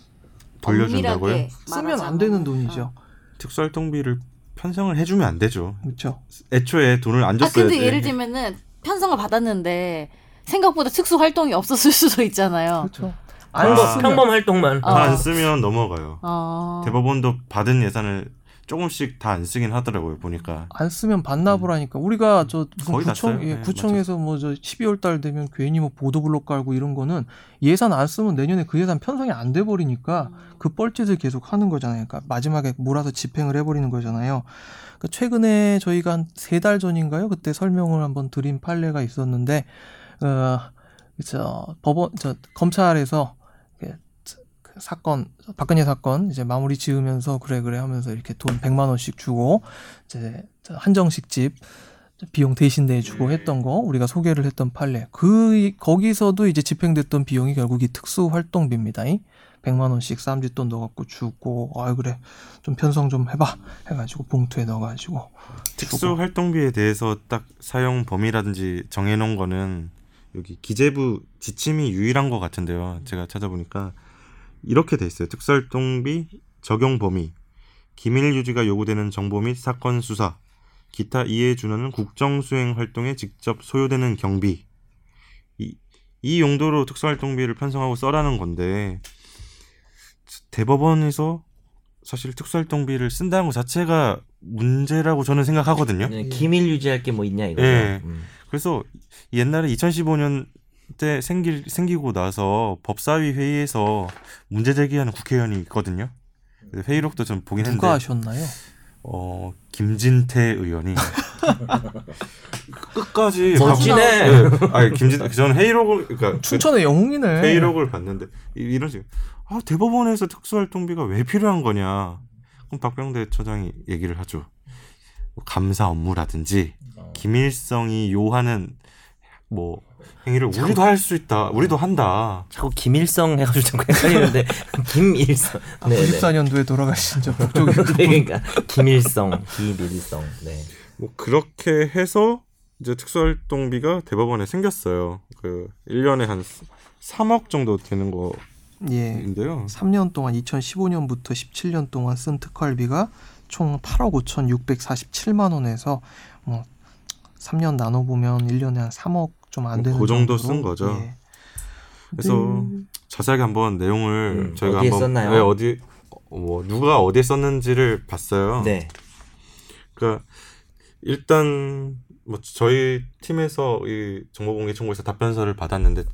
A: 돌려준다고요?
D: 엄밀하게
C: 쓰면
D: 말하자면. 아,
C: 안 되는 돈이죠.
D: 어.
A: 특수활동비를 편성을 해주면 안 되죠.
C: 그렇죠.
A: 애초에 돈을 안
D: 아
A: 줬어야
D: 근데
A: 돼.
D: 예를 들면은 편성을 받았는데 생각보다 특수 활동이 없었을 수도 있잖아요.
C: 그렇죠.
A: 아,
C: 안 쓰면
B: 평범 활동만
D: 어.
A: 다 안 쓰면 넘어가요.
D: 어.
A: 대법원도 받은 예산을 조금씩 다 안 쓰긴 하더라고요. 보니까
C: 안 쓰면 반납을 하니까 우리가 저 무슨
A: 거의
C: 구청
A: 났어요.
C: 예,
A: 네,
C: 구청에서 뭐 저 12월 달 되면 괜히 뭐 보도블록 깔고 이런 거는 예산 안 쓰면 내년에 그 예산 편성이 안 돼 버리니까 그 뻘짓을 계속 하는 거잖아요. 그러니까 마지막에 몰아서 집행을 해버리는 거잖아요. 그 최근에 저희가 한 세 달 전인가요? 그때 설명을 한번 드린 판례가 있었는데, 어, 저 법원, 저 검찰에서 그- 그 사건, 박근혜 사건 이제 마무리 지으면서 그래 그래 하면서 이렇게 돈 100만 원씩 주고 이제 저 한정식 집 비용 대신
A: 예.
C: 내주고 했던 거 우리가 소개를 했던 판례 그 이- 거기서도 이제 집행됐던 비용이 결국 이 특수 활동비입니다. 100만 원씩 쌈짓돈 넣어갖고 주고 아유 그래 좀 편성 좀 해봐 해가지고 봉투에 넣어가지고 주고.
A: 특수활동비에 대해서 딱 사용 범위라든지 정해놓은 거는 여기 기재부 지침이 유일한 것 같은데요. 제가 찾아보니까 이렇게 돼 있어요. 특수활동비 적용 범위, 기밀 유지가 요구되는 정보 및 사건 수사, 기타 이에 준하는 국정 수행 활동에 직접 소요되는 경비. 이, 이 용도로 특수활동비를 편성하고 써라는 건데 대법원에서 사실 특수활동비를 쓴다는 것 자체가 문제라고 저는 생각하거든요.
B: 네, 기밀 유지할 게 뭐 있냐 이거.
A: 예.
B: 예.
A: 그래서 옛날에 2015년 때 생길 생기고 나서 법사위 회의에서 문제 제기하는 국회의원이 있거든요. 근데 회의록도 좀 보긴
C: 누가
A: 했는데
C: 하셨나요?
A: 어 김진태 의원이 끝까지
D: 멋지네.
A: 아 김진 저는 회의록을 그러니까
C: 춘천의 영웅이네.
A: 회의록을 봤는데 이- 이런 식으로 아 대법원에서 특수활동비가 왜 필요한 거냐 그럼 박병대 처장이 얘기를 하죠 뭐 감사 업무라든지 기밀성이 요하는 뭐 행위를 우리도 할 수 있다 우리도 한다
B: 자꾸 김일성 해가지고 자꾸 헷갈리는데 [LAUGHS] 김일성. [LAUGHS]
C: 아, 94년도에 돌아가신 저 북쪽에
A: [LAUGHS]
B: 네, 그러니까 김일성, 김일성. 네.
A: 뭐 그렇게 해서 이제 특수활동비가 대법원에 생겼어요 그 1년에 한 3억 정도 되는
C: 예
A: 거인데요
C: 3년 동안 2015년부터 17년 동안 쓴 특활비가 총 8억 5,647만 원에서 뭐 3년 나눠 보면 1년에 한 3억 좀 안
A: 뭐
C: 되는
A: 그 정도
C: 정도로.
A: 쓴 거죠.
C: 예. 음,
A: 그래서 자세하게 한번 내용을
B: 음,
A: 저희가
B: 어디에
A: 한번
B: 썼나요?
A: 네, 어디 어, 뭐 누가 어디에 썼는지를 봤어요.
B: 네.
A: 그러니까 일단 뭐 저희 팀에서 이 정보공개 청구에서 답변서를 받았는데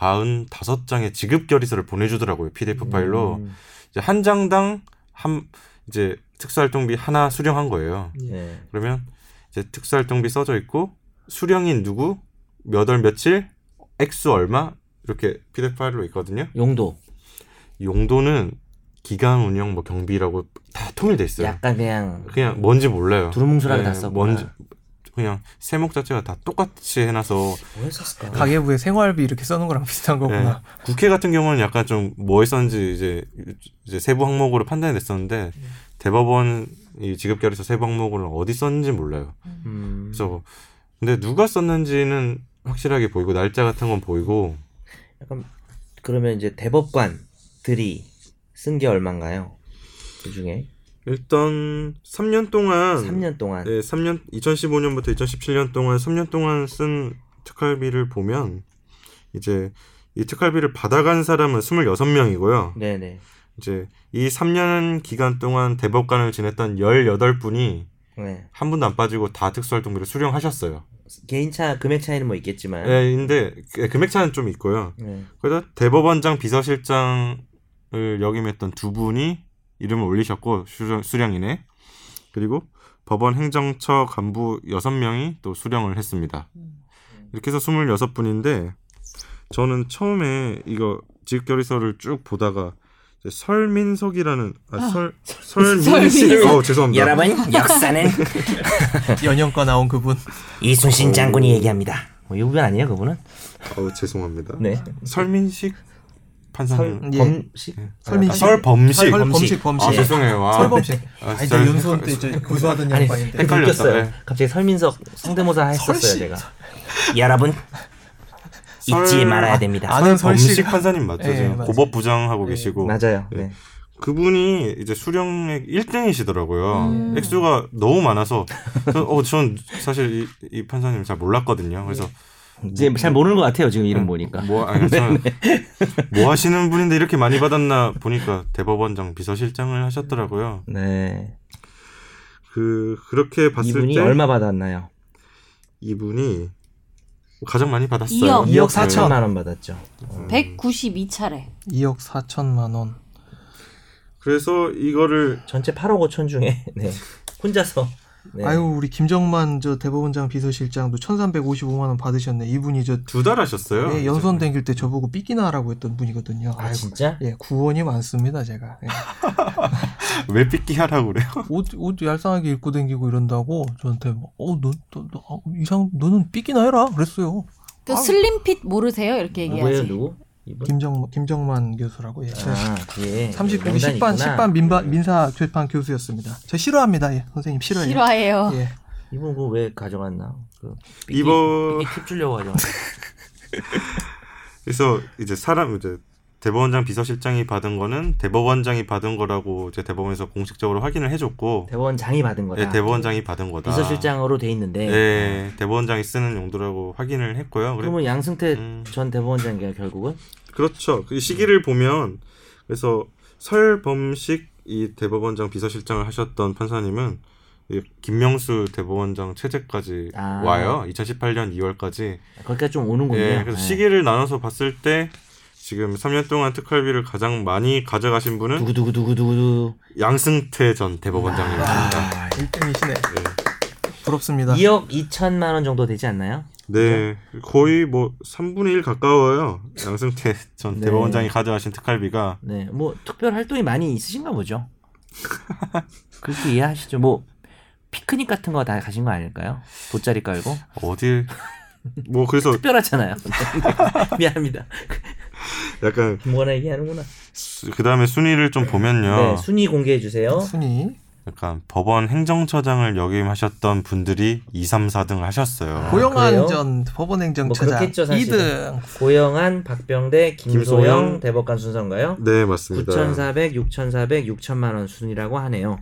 A: 795장의 지급 결의서를 보내주더라고요 PDF 파일로
B: 음,
A: 이제 한 장당 한 이제 특수활동비 하나 수령한 거예요.
B: 네.
A: 그러면 이제 특수활동비 써져 있고 수령인 누구 몇 월 며칠 액수 얼마 이렇게 PDF 파일로 있거든요.
B: 용도
A: 용도는 기간 운영 뭐 경비라고 다 통일돼 있어요.
B: 약간 그냥
A: 그냥 뭔지 몰라요.
B: 두루뭉술하게 다
A: 네,
B: 썼구나.
A: 뭔지 그냥 세목 자체가 다 똑같이 해놔서
B: 뭐 했었을까?
C: 가계부에 생활비 이렇게 써놓은 거랑 비슷한
A: 예,
C: 거구나. [LAUGHS]
A: 국회 같은 경우는
B: 음.
A: 약간 좀 뭐 했었는지 이제 이제 세부 항목으로 판단이 됐었는데 대법원 이 지급결의서 세 방목을 어디 썼는지 몰라요.
B: 음.
A: 그래서 근데 누가 썼는지는 확실하게 보이고 날짜 같은 건 보이고
B: 약간 그러면 이제 대법관들이 쓴 게 얼마인가요? 그 중에
A: 일단 3년 동안
B: 3년 동안
A: 네, 3년 2015년부터 2017년 동안 3년 동안 쓴 특활비를 보면 이제 이 특활비를 받아간 사람은 26명이고요.
B: 네네
A: 이제 이 3년 기간 동안 대법관을 지냈던 18분이
B: 네.
A: 한 분도 안 빠지고 다 특수활동비를 수령하셨어요.
B: 개인차 금액 차이는 뭐 있겠지만
A: 예, 근데 그- 금액차는 좀 있고요.
B: 네.
A: 그래서 대법원장 비서실장을 역임했던 두 분이 이름을 올리셨고 수령, 수령이네. 그리고 법원 행정처 간부 여섯 명이 또 수령을 했습니다. 이렇게 해서 26분인데 저는 처음에 이거 지급결의서를 쭉 보다가 이제 설민석이라는 아, 설 설민식
D: 설민석.
A: 어 죄송합니다. [LAUGHS]
B: 여러분 역사는
C: 연영과 나온 그분.
B: 이순신 장군이 얘기합니다. 뭐 이분 아니에요 그분은?
A: 어 죄송합니다.
B: 네.
A: 설민식 판사님.
C: 예.
B: 설범식
A: 아,
C: 설민식.
A: 설범식.
C: 설-
B: 범식.
C: 범식 범식.
A: 아 죄송해요. 아,
C: 설범식.
A: 아,
C: 아, 이제
A: 진짜
C: 윤소원 때 이제 구수하던
B: 아니
C: 양반인데.
A: 헷갈렸다.
B: 헷갈렸어요.
A: 네.
B: 갑자기 설민석 성대모사 했었어요
C: 설씨.
B: 제가. 여러분
A: 설- 그
B: 됩니다.
C: 아는
A: 범식
C: 설씨가
A: 판사님 맞죠?
C: 예,
A: 지금
C: 맞아요.
A: 고법 부장하고
C: 예,
A: 계시고
B: 네. 맞아요.
A: 네.
B: 네.
A: 그분이 이제 수령액 1등이시더라고요.
D: 음.
A: 액수가 너무 많아서 저, 어, 전 사실 이, 이 판사님 잘 몰랐거든요. 그래서
B: 이제 뭐 잘 모르는 것 같아요 지금 이름 보니까.
A: 뭐 아니 저는 뭐 하시는 분인데 이렇게 많이 받았나 보니까 대법원장 비서실장을 하셨더라고요.
B: 네.
A: 그 그렇게 봤을
B: 이분이
A: 때
B: 얼마 받았나요?
A: 이분이 가장 많이 받았어요. 네.
D: 이억.
B: 2억
C: 사천.
B: 4천만 원 받았죠.
D: 192차례.
C: 2억 4천만 원.
A: 그래서 이거를
B: 전체 8억 5천 중에 [LAUGHS] 네. 혼자서. 네.
C: 아유 우리 김정만 저 대법원장 비서실장도 1,355만 원 받으셨네. 이분이 저
A: 두 달 하셨어요.
C: 예, 연선 댕길 때 저보고 삐끼나라고 했던 분이거든요.
B: 아
C: 아이고.
B: 진짜?
C: 예, 구원이 많습니다, 제가.
B: [LAUGHS]
C: 예.
A: 왜 삐끼 하라고 그래요?
C: 옷, 옷 얄쌍하게 입고 댕기고 이런다고 저한테, 막, 어, 너, 너, 너, 아, 이상, 너는 삐끼나 해라. 그랬어요.
D: 그 슬림핏 모르세요? 이렇게
B: 누구예요
D: 얘기하지.
B: 누구? 이분?
A: 아,
C: 김정, 김정만 교수라고, 예. 저
B: 아 그게
C: 39기
B: 명단이
C: 10반,
B: 있구나. 네.
C: 10반 민바, 민사 재판 교수였습니다. 저 싫어합니다, 예. 선생님, 싫어해요.
D: 실화예요.
C: 예.
B: 이분 그거 왜 가져갔나? 그 삐끼-
A: 이번-
B: 삐끼 팁 주려고 가져갔나?
A: [LAUGHS] 그래서 이제 사람 이제 대법원장 비서실장이 받은 거는 대법원장이 받은 거라고 이제 대법원에서 공식적으로 확인을 해줬고
B: 대법원장이 받은 거다.
A: 예, 대법원장이 받은 거다.
B: 비서실장으로 돼 있는데.
A: 예, 대법원장이 쓰는 용도라고 확인을 했고요. 그래,
B: 그러면 양승태
A: 음.
B: 전 대법원장이 결국은
A: 그렇죠. 그 시기를 보면 그래서 설범식 이 대법원장 비서실장을 하셨던 판사님은 이 김명수 대법원장 체제까지
B: 아.
A: 와요. 2018년 2월까지
B: 거기까지 좀 오는군요.
A: 예, 그래서
B: 네.
A: 시기를 나눠서 봤을 때 지금 3년 동안 특활비를 가장 많이 가져가신
B: 아.
A: 분은
B: 두구두구두구두구
A: 양승태 전 대법원장입니다.
B: 아,
C: 1등이시네.
A: 예. 아.
C: 부럽습니다.
B: 2억 2천만 원 정도 되지 않나요?
A: 네, 거의 뭐 3분의 1 가까워요. 양승태 전
B: 네.
A: 대법원장이 가져가신 특활비가
B: 네, 뭐 특별 활동이 많이 있으신가 보죠.
A: [LAUGHS]
B: 그렇게 이해하시죠. 뭐 피크닉 같은 거 다 가신 거 아닐까요? 돗자리 깔고
A: 어디? 뭐 그래서
B: 특별하잖아요. [LAUGHS] 미안합니다.
A: 약간
B: 김건아 얘기하는구나.
A: 그 다음에 순위를 좀 보면요,
B: 네, 순위 공개해 주세요.
C: 순위.
A: 약간 법원 행정처장을 역임하셨던 분들이 2, 3, 4등 하셨어요.
B: 아, 그래요? 뭐
C: 고영한 전 법원행정처장
B: 그렇겠죠, 사실은.
C: 2등.
B: 고영한, 박병대, 김소영,
A: 김소영.
B: 대법관 순서인가요?
A: 네, 맞습니다.
B: 9,400, 6,400, 6천만 원 순이라고 하네요.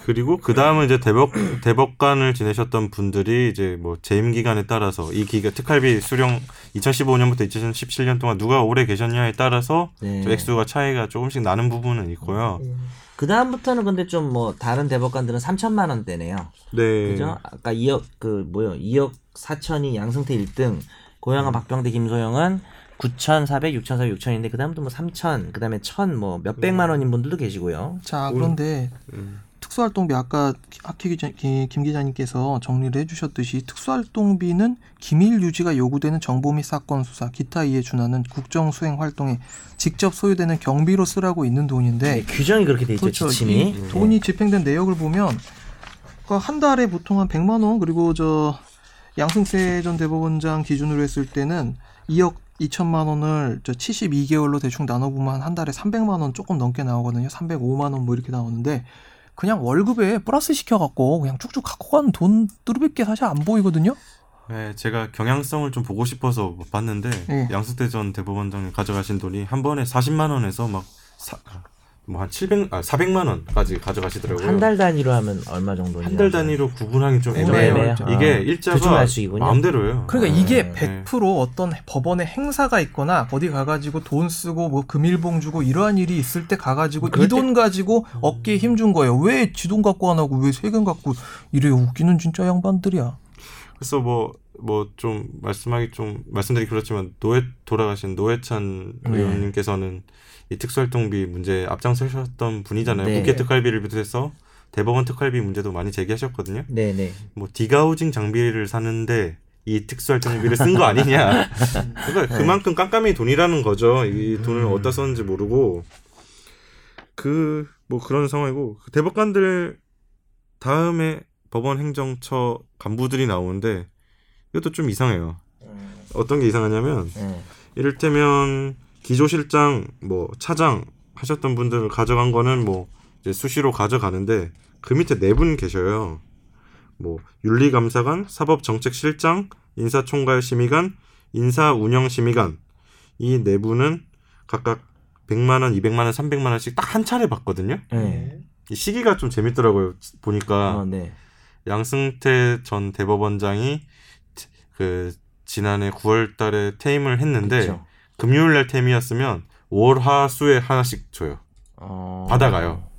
A: 그리고 그 다음은 이제 대법 대법관을 지내셨던 분들이 이제 뭐 재임 기간에 따라서 이 기간 특활비 수령 2015년부터 2017년 동안 누가 오래 계셨냐에 따라서
B: 네.
A: 저 액수가 차이가 조금씩 나는 부분은 있고요.
C: 음.
B: 그 다음부터는 근데 좀 뭐 다른 대법관들은 3천만 원대네요.
A: 네.
B: 그죠? 아까 2억 그 뭐요? 2억 4천이 양승태 1등,
A: 음.
B: 고양한 박병대 김소영은 9,400, 6,400, 6,000인데 그다음부터 뭐 3,000, 그다음에 1,000, 뭐몇
A: 네.
B: 백만 원인 분들도 계시고요.
C: 자, 그런데
A: 음.
C: 특수활동비 아까 기- 학기 기자, 기- 김 기자님께서 정리를 해주셨듯이 특수활동비는 기밀 유지가 요구되는 정보 및 사건 수사 기타 이에 준하는 국정 수행 활동에 직접 소요되는 경비로 쓰라고 있는
B: 네,
C: 돈인데
B: 규정이 그렇게 돼 있죠,
C: 그렇죠.
B: 지침이. 네. 음.
C: 이 돈이 집행된 내역을 보면 그러니까 한 달에 보통 한 100만 원 그리고 저 양승태 전 대법원장 기준으로 했을 때는 2억 2천만 원을 저 72개월로 대충 나눠보면 한 달에 300만 원 조금 넘게 나오거든요. 305만 원 뭐 이렇게 나오는데 그냥 월급에 플러스 시켜갖고 그냥 쭉쭉 갖고 가는 돈 뚜루밖에 사실 안 보이거든요.
A: 네, 제가 경향성을 좀 보고 싶어서 못 봤는데
C: 예.
A: 양승태 전 대법원장님 가져가신 돈이 한 번에 40만 원에서 막뭐한 700, 아 400만 원까지 가져가시더라고요.
B: 한 달 단위로 하면 얼마 정도?
A: 한 달 단위로 구분하기 좀
C: 구분
A: 애매해요.
C: 애매해요.
A: 이게
B: 아, 대충
A: 일자가
B: 알 수 있군요.
A: 마음대로예요.
C: 그러니까
B: 아,
A: 네,
C: 이게
A: 네.
C: 100% 어떤 법원의 행사가 있거나 어디 가가지고 돈 쓰고 뭐 금일봉 주고 이러한 일이 있을 때 가가지고
B: 그럴 음.
C: 이 돈 가지고 어깨에 힘 준 거예요. 왜 지 돈 갖고 안 하고 왜 세금 갖고 이래 웃기는 진짜 양반들이야.
A: 그래서 뭐 뭐 좀 말씀하기 좀 말씀드리기 그렇지만 노회 돌아가신 노회찬
B: 네.
A: 의원님께서는 이 특수활동비 문제 앞장서셨던 분이잖아요.
B: 네.
A: 국회 특활비를 비롯해서 대법원 특활비 문제도 많이 제기하셨거든요.
B: 네네.
A: 뭐 디가우징 장비를 사는데 이 특수활 장비를 쓴 거 아니냐. 그러니까 그만큼 깜깜이 돈이라는 거죠. 이 돈을
B: 음.
A: 어디다 썼는지 모르고 그 뭐 그런 상황이고 그 대법관들 다음에 법원 행정처 간부들이 나오는데 이것도 좀 이상해요. 어떤 게 이상하냐면
B: 네.
A: 이를테면 기조실장 뭐 차장 하셨던 분들을 가져간 거는 뭐 이제 수시로 가져가는데 그 밑에 네 분 계셔요. 뭐 윤리감사관, 사법정책실장, 인사총괄심의관, 인사운영심의관 이 네 분은 각각 100만 원, 200만 원, 300만 원씩 딱 한 차례 받거든요.
B: 네.
A: 이 시기가 좀 재밌더라고요. 보니까
B: 어, 네.
A: 양승태 전 대법원장이 지- 그 지난해 9월달에 퇴임을 했는데
B: 그쵸.
A: 금요일 날 템이었으면 월, 화, 수에 하나씩 줘요.
B: 어...
A: 받아가요.
C: 그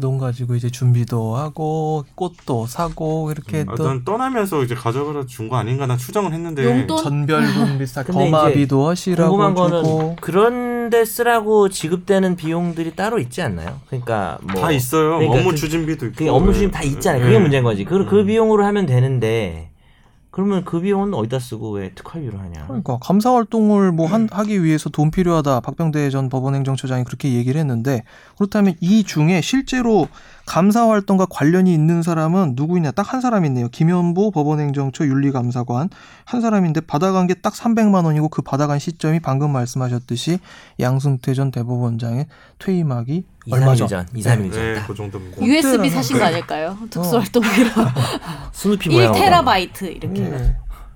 C: 돈 가지고 이제 준비도 하고 꽃도 사고 이렇게
B: 음,
C: 네, 또
A: 일단 떠나면서 이제 가져가라 준 거 아닌가 나 추정을 했는데
E: 용돈?
C: 전별금 비슷하게
B: 근데 이제
C: 거마비도 하시라고
B: 궁금한 거는
C: 주고
B: 그런데 쓰라고 지급되는 비용들이 따로 있지 않나요? 그러니까 뭐
A: 다 있어요.
B: 그러니까
A: 업무
B: 그-
A: 추진비도 있고. 네.
B: 그 업무 수임 다 있잖아요.
A: 음.
B: 그게 문제인 거지. 그, 그 비용으로 하면 되는데 그러면 그 비용은 어디다 쓰고 왜 특활비로 하냐?
C: 그러니까 감사 활동을 뭐 한- 하기 위해서 돈 필요하다 박병대 전 법원행정처장이 그렇게 얘기를 했는데 그렇다면 이 중에 실제로 감사 활동과 관련이 있는 사람은 누구이냐 딱 한 사람 있네요 김현보 법원행정처 윤리감사관 한 사람인데 받아간 게 딱 300만 원이고 그 받아간 시점이 방금 말씀하셨듯이 양승태 전 대법원장의 퇴임하기
B: 2,
C: 얼마
B: 3일
C: 전
B: 전, 2, 3일 전.
A: 네,
B: 딱
A: 그
C: 예.
D: [LAUGHS]
A: 정도입니다.
D: USB 사신 거 아닐까요?
C: 어. [LAUGHS]
D: 특수활동비로
A: 아,
B: 스누피 모양.
D: 1테라바이트 이렇게
C: 예. 아니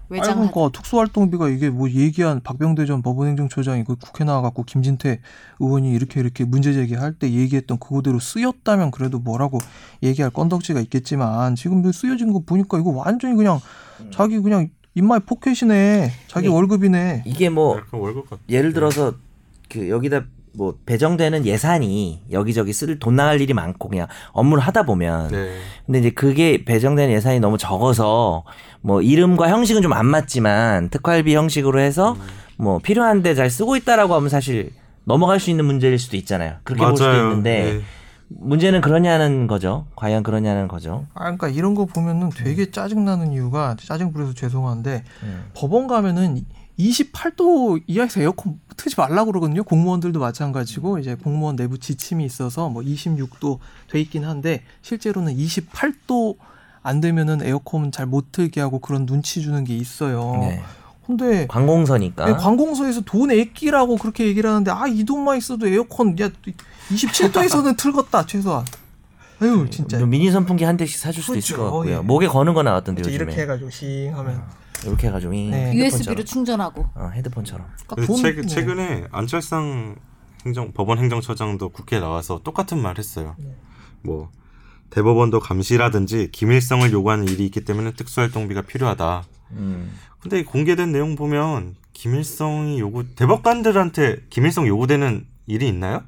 D: 외장
C: 그러니까 특수활동비가 이게 뭐 얘기한 박병대 전 법원행정처장이 그 국회 나와갖고 김진태 의원이 이렇게 이렇게 문제 제기할 때 얘기했던 그거대로 쓰였다면 그래도 뭐라고 얘기할 건덕지가 있겠지만 지금 그 쓰여진 거 보니까 이거 완전히 그냥 자기 그냥 입마에 포켓이네 자기
B: 예.
C: 월급이네
B: 이게 뭐
A: 약간 월급 같.
B: 예를 들어서 그 여기다 뭐 배정되는 예산이 여기저기 쓸 돈 나갈 일이 많고 그냥 업무를 하다 보면
A: 네.
B: 근데 이제 그게 배정되는 예산이 너무 적어서 뭐 이름과 형식은 좀 안 맞지만 특활비 형식으로 해서 뭐 필요한데 잘 쓰고 있다라고 하면 사실 넘어갈 수 있는 문제일 수도 있잖아요. 그렇게 볼 수도 있는데
A: 네.
B: 문제는 그러냐는 거죠. 과연 그러냐는 거죠.
C: 아 그러니까 이런 거 보면은 되게 짜증나는 이유가 짜증 부려서 죄송한데
B: 음.
C: 법원 가면은 28도 이하에서 에어컨 트지 말라고 그러거든요. 공무원들도 마찬가지고 이제 공무원 내부 지침이 있어서 뭐 26도 돼 있긴 한데 실제로는 28도 안 되면은 에어컨 잘 못 틀게 하고 그런 눈치 주는 게 있어요.
B: 네. 아.
C: 근데
B: 관공서니까.
C: 예, 관공서에서 돈 애끼라고 그렇게 얘기를 하는데 아 이 돈만 있어도 에어컨 야 27도에서는 [LAUGHS] 틀겠다 최소한. 아유 진짜.
B: 뭐 미니 선풍기 한 대씩 사줄 수도 있을
C: 네. 그렇죠.
B: 것 같고요.
C: 예. 그렇죠.
B: 목에 거는 거 나왔던데 요즘에.
C: 이렇게 해가지고 싱 하면
A: 아.
B: 이렇게 해가지고 이
C: 네.
B: 헤드폰처럼.
D: USB로 충전하고
B: 어, 헤드폰처럼.
A: 근데
C: 돈-
A: 최,
C: 네.
A: 최근에 안철상 행정 법원 행정처장도 국회에 나와서 똑같은 말 했어요.
C: 네.
A: 뭐 대법원도 감시라든지 기밀성을 요구하는 일이 있기 때문에 특수활동비가 필요하다.
B: 음.
A: 근데 이 공개된 내용 보면 김일성이 요구 대법관들한테 김일성 요구되는 일이 있나요?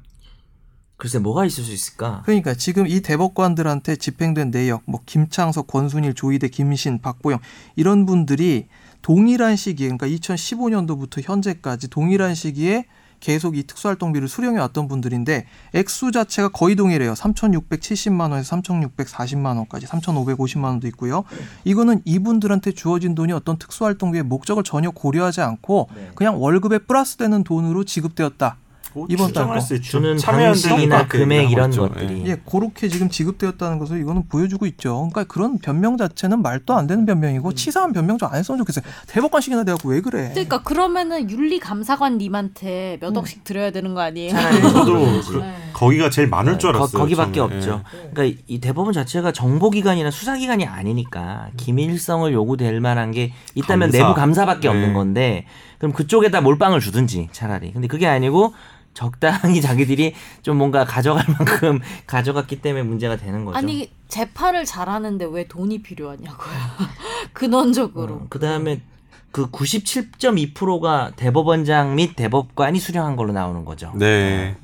B: 글쎄 뭐가 있을 수 있을까?
C: 그러니까 지금 이 대법관들한테 집행된 내역, 뭐 김창석, 권순일, 조희대, 김신, 박보영 이런 분들이 동일한 시기에 그러니까 2015년도부터 현재까지 동일한 시기에 계속 이 특수활동비를 수령해 왔던 분들인데 액수 자체가 거의 동일해요. 3,670만 원에서 3,640만 원까지 3,550만 원도 있고요. 이거는 이분들한테 주어진 돈이 어떤 특수활동비의 목적을 전혀 고려하지 않고
B: 네.
C: 그냥 월급에 플러스되는 돈으로 지급되었다. 이번 달 거.
A: 뭐 수 있죠.
B: 주는
A: 그렇죠. 참여연대는
B: 방식이나
A: 그렇게
B: 금액
A: 하고
B: 이런
A: 있죠.
B: 것들이.
A: 예.
C: 예, 그렇게 지금 지급되었다는 것을 이거는 보여주고 있죠. 그러니까 그런 변명 자체는 말도 안 되는 변명이고 치사한 변명 좀 안 했으면 좋겠어요. 대법관식이나 돼갖고 왜 그래?
D: 그러니까
C: 음.
D: 그러면은 윤리감사관님한테 몇 억씩 드려야 되는 거 아니에요?
B: 차라리
A: 저도
B: 그러든지.
A: 그-
D: 네.
A: 거기가 제일 많을 줄 알았어요.
B: 거, 기밖에
A: 처음에. 예.
B: 없죠. 그러니까 이 대법원 자체가 정보기관이나 수사기관이 아니니까 기밀성을 요구될 만한 게 있다면
A: 감사.
B: 내부 감사밖에 없는
A: 네.
B: 건데 그럼 그쪽에다 몰빵을 주든지 차라리. 근데 그게 아니고 적당히 [LAUGHS] 자기들이 좀 뭔가 가져갈 [LAUGHS] 만큼 가져갔기 때문에 문제가 되는 거죠.
D: 아니 재판을 잘하는데 왜 돈이 필요하냐고요. [LAUGHS] 근원적으로.
B: 그 다음에 그 97.2%가 대법원장 및 대법관이 수령한 걸로 나오는 거죠.
A: 네.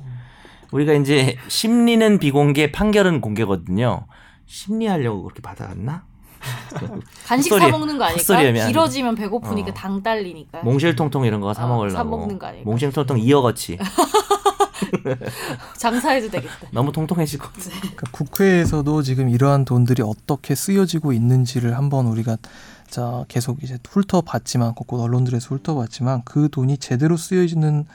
B: 우리가 이제 심리는 비공개, 판결은 공개거든요. 심리하려고 그렇게 받아갔나?
D: 간식
B: 헛소리,
D: 사 먹는 거 아닐까?
B: 헛소리 하면 안
D: 길어지면 배고프니까
B: 어.
D: 당 딸리니까.
B: 몽실통통 이런 거 사
D: 어,
B: 먹으려고.
D: 그러니까. 사 먹는 거 아닐까?
B: 몽실통통 이어거치.
D: 장사해도 되겠다.
B: 너무 통통해질 것 같아.
C: 그러니까 국회에서도 지금 이러한 돈들이 어떻게 쓰여지고 있는지를 한번 우리가 자 계속 이제 훑어봤지만 곳곳 언론들에서 훑어봤지만 그 돈이 제대로 쓰여지는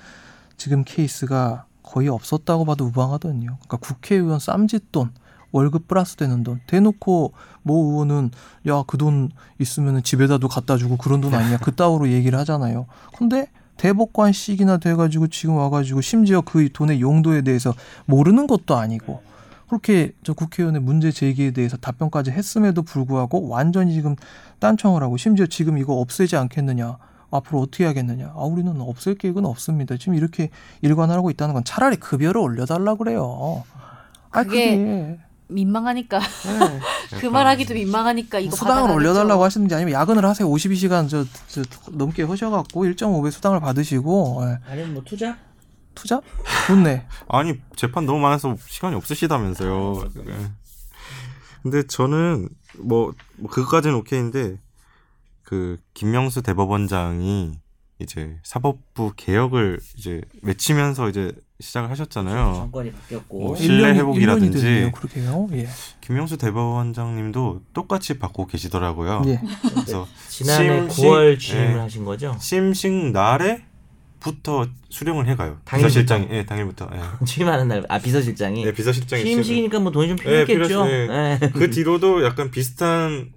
C: 지금 케이스가 거의 없었다고 봐도 무방하더니요. 그러니까 국회의원 쌈짓돈 월급 플러스 되는 돈 대놓고 모 의원은 야 그 돈 있으면 집에다도 갖다 주고 그런 돈 아니냐 그따위로 얘기를 하잖아요. 근데 대법관식이나 돼가지고 지금 와가지고 심지어 그 돈의 용도에 대해서 모르는 것도 아니고 그렇게 저 국회의원의 문제 제기에 대해서 답변까지 했음에도 불구하고 완전히 지금 딴청을 하고 심지어 지금 이거 없애지 않겠느냐 앞으로 어떻게 하겠느냐 아 우리는 없앨 계획은 없습니다 지금 이렇게 일관하고 있다는 건 차라리 급여를 올려달라 그래요 아
D: 그게 네.
C: 그게
D: 민망하니까
C: 네.
D: 그 말하기도 민망하니까 이거
C: 수당을
D: 받아가겠죠.
C: 올려달라고 하시는지 아니면 야근을 하세요 52시간 저, 저 넘게 하셔갖고 1.5배 수당을 받으시고 예.
B: [LAUGHS] 아니면 뭐 투자?
C: 투자 좋네
A: 아니 재판 너무 많아서 시간이 없으시다면서요. 예. 근데 저는 뭐, 뭐 그거까지는 오케이인데 그 김명수 대법원장이 이제 사법부 개혁을 이제 외치면서 이제 시작을 하셨잖아요.
B: 정권이 바뀌었고.
A: 시- 뭐 신뢰
C: 일 년이-
A: 회복이라든지.
C: 일 년이 됐네요, 그렇게요 예.
A: 김명수 대법원장님도 똑같이 받고 계시더라고요.
C: 예.
A: 그래서
B: 지난해
A: 심- 심-
B: 9월 취임을
A: 예.
B: 하신 거죠? [LAUGHS]
A: 심식 날에부터 수령을 해가요.
B: 당일부터?
A: 비서실장이 예 당일부터 예.
B: 취임하는 날, 아 비서실장이.
A: 예, 비서실장이 수령을-
B: 취임식이니까 뭐 돈이 좀
A: 예,
B: 필요했겠죠.
A: 필요했-
B: 예.
A: 그 뒤로도 약간 비슷한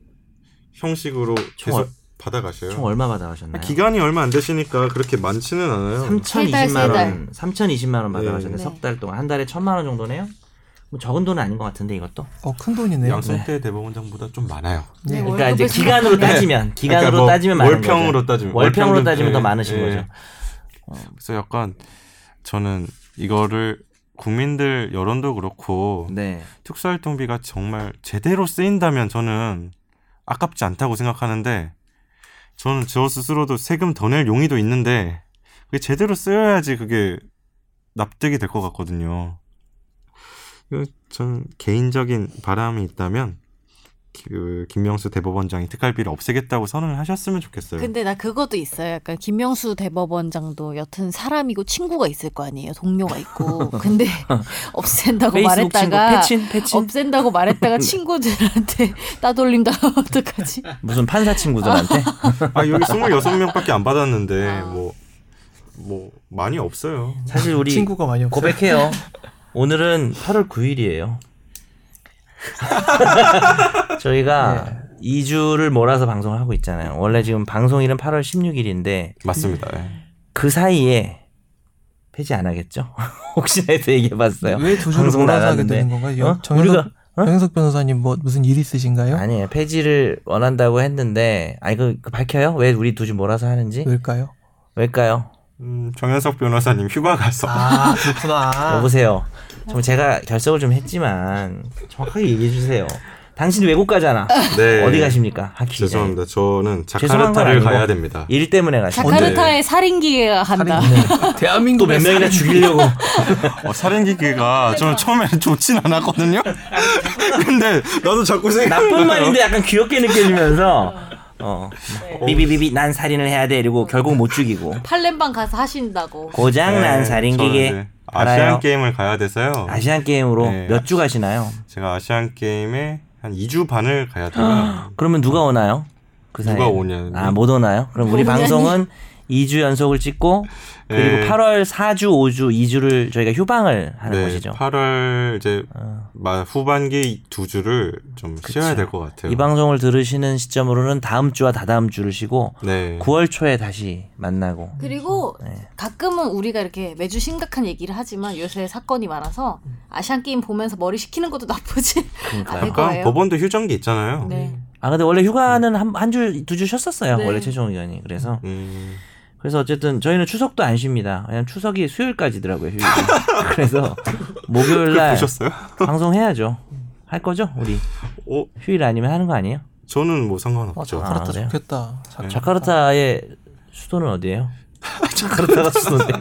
A: 형식으로
B: 총
A: 계속
B: 얼-
A: 받아가셔요.
B: [LAUGHS] 총 얼마 받아가셨나요?
A: 기간이 얼마 안 되시니까 그렇게 많지는 않아요.
B: 3,020만
D: 세 달,
B: 원, 3,020만 원 받아가셨네.
D: 네.
B: 석 달 동안 한 달에 1,000만 원 정도네요. 뭐 적은 돈은 아닌 것 같은데 이것도.
C: 어, 큰 돈이네요. 예.
A: 양승태 대법원장보다 좀 많아요.
D: 네,
B: 그러니까
D: 월급에
B: 이제 기간으로
D: 생각하면
B: 따지면 기간으로
A: 그러니까 뭐
B: 따지면 많은
A: 월평으로
B: 거죠.
A: 따지면
B: 월평으로
A: 월평 정-
B: 따지면 더
A: 예,
B: 많으신
A: 예.
B: 거죠. 어.
A: 그래서 약간 저는 이거를 국민들 여론도 그렇고
B: 네.
A: 특수활동비가 정말 제대로 쓰인다면 저는 아깝지 않다고 생각하는데 저는 저 스스로도 세금 더 낼 용의도 있는데 그게 제대로 쓰여야지 그게 납득이 될 것 같거든요. 이거 저는 개인적인 바람이 있다면 그 김명수 대법원장이 특활비를 없애겠다고 선언을 하셨으면 좋겠어요.
D: 근데 나 그것도 있어요. 약간 김명수 대법원장도 여튼 사람이고 친구가 있을 거 아니에요. 동료가
B: [LAUGHS]
D: 있고. 근데 없앤다고
B: 페이스북 친구
D: 말했다가
B: 패친 패친 [LAUGHS]
D: 없앤다고 말했다가 친구들한테 따돌림 당하면 [LAUGHS] 어떡하지?
B: 무슨 판사
D: [LAUGHS]
B: 친구들한테
A: 아 여기 26명밖에 안 받았는데
D: 아.
A: 뭐 뭐 많이 없어요.
B: 사실 우리
C: 친구가 많이 없어요.
B: 고백해요. 오늘은 8월 9일이에요.
C: [LAUGHS] 네.
B: 저희가 2주를 몰아서 방송을 하고 있잖아요. 원래 지금 방송일은 8월 16일인데
A: 맞습니다. 예.
D: 네.
B: 그 사이에 폐지 안 하겠죠? [LAUGHS] 혹시나 해서 얘기해봤어요.
C: 왜두 줄을
B: 방송
C: 몰아서 하게
B: 나갔는데.
C: 되는 건가요?
B: 어?
C: 정-
B: 우리가 어?
C: 정현석 변호사님 뭐 무슨 일 있으신가요?
B: 아니에요. 폐지를 원한다고 했는데 아니 그, 그 밝혀요? 왜 우리 둘이 몰아서 하는지?
C: 왜일까요?
B: 왜일까요?
A: 음, 정현석 변호사님 휴가 가서
C: 아 그렇구나.
B: 여보세요. 좀 제가 결석을 좀 했지만 정확하게 얘기해 주세요. 당신 외국 가잖아.
A: 네.
B: 어디 가십니까? 하키 기자.
A: 죄송합니다. 저는
B: 죄송한 건
A: 자카르타를
B: 아니고
A: 가야 됩니다.
B: 일 때문에 가시는.
A: 언제?
D: 자카르타의 살인기계가 간다.
C: 대한민국
B: 뭐 또몇
A: [LAUGHS]
B: 명이나 죽이려고.
A: 어, 살인기계가 저는 처음에는 좋진 [LAUGHS] 않았거든요. 근데 나도 자꾸 생각.
B: [LAUGHS] 나쁜 말인데 약간 귀엽게 느껴지면서 어 비비비비 난 살인을 해야 돼 이러고 결국 못 죽이고
D: 팔렘방 가서 하신다고.
B: 고장 난 살인기계 네, 알아요.
A: 네, 아시안 게임을 가야 돼서요.
B: 아시안 게임으로
A: 네.
B: 몇 주 가시나요?
A: 제가 아시안 게임에 한 2주 반을 가야 돼요. [GASPS]
B: 그러면 누가 오나요? 그 사이에
A: 누가 오냐는.
B: 아못 오나요? 그럼 우리 방송은 2주 연속을 찍고 그리고
A: 예.
B: 8월 4주, 5주, 2주를 저희가 휴방을 하는
A: 네,
B: 것이죠.
A: 8월 이제
B: 어.
A: 마- 후반기 두 주를 좀 쉬어야 될 것 같아요.
B: 이 방송을 들으시는 시점으로는 다음 주와 다다음 주를 쉬고
A: 네.
B: 9월 초에 다시 만나고
D: 그리고
B: 네.
D: 가끔은 우리가 이렇게 매주 심각한 얘기를 하지만 요새 사건이 많아서 아시안 게임 보면서 머리 식히는 것도 나쁘지
B: 그러니까요.
D: 않을
A: 약간
D: 거예요.
A: 법원도 휴전기 있잖아요.
D: 네.
B: 아 근데 원래 휴가는 한 한 주 두 주 쉬었었어요.
D: 네.
B: 원래 최종 의견이 그래서
A: 음,
B: 그래서 어쨌든 저희는 추석도 안 쉽니다. 왜냐면 추석이 수요일까지더라고요. [LAUGHS] 휴일이. 그래서 목요일 날
A: 보셨어요?
B: 방송 해야죠. 할 거죠 우리
A: 어,
B: 휴일 아니면 하는 거 아니에요?
A: 저는 뭐
C: 아,
A: 상관없죠.
B: 아,
C: 자카르타
B: 그래요?
C: 좋겠다. 자-
B: 자카르타의 수도는 어디예요? [LAUGHS] 자카르타가 수도인데.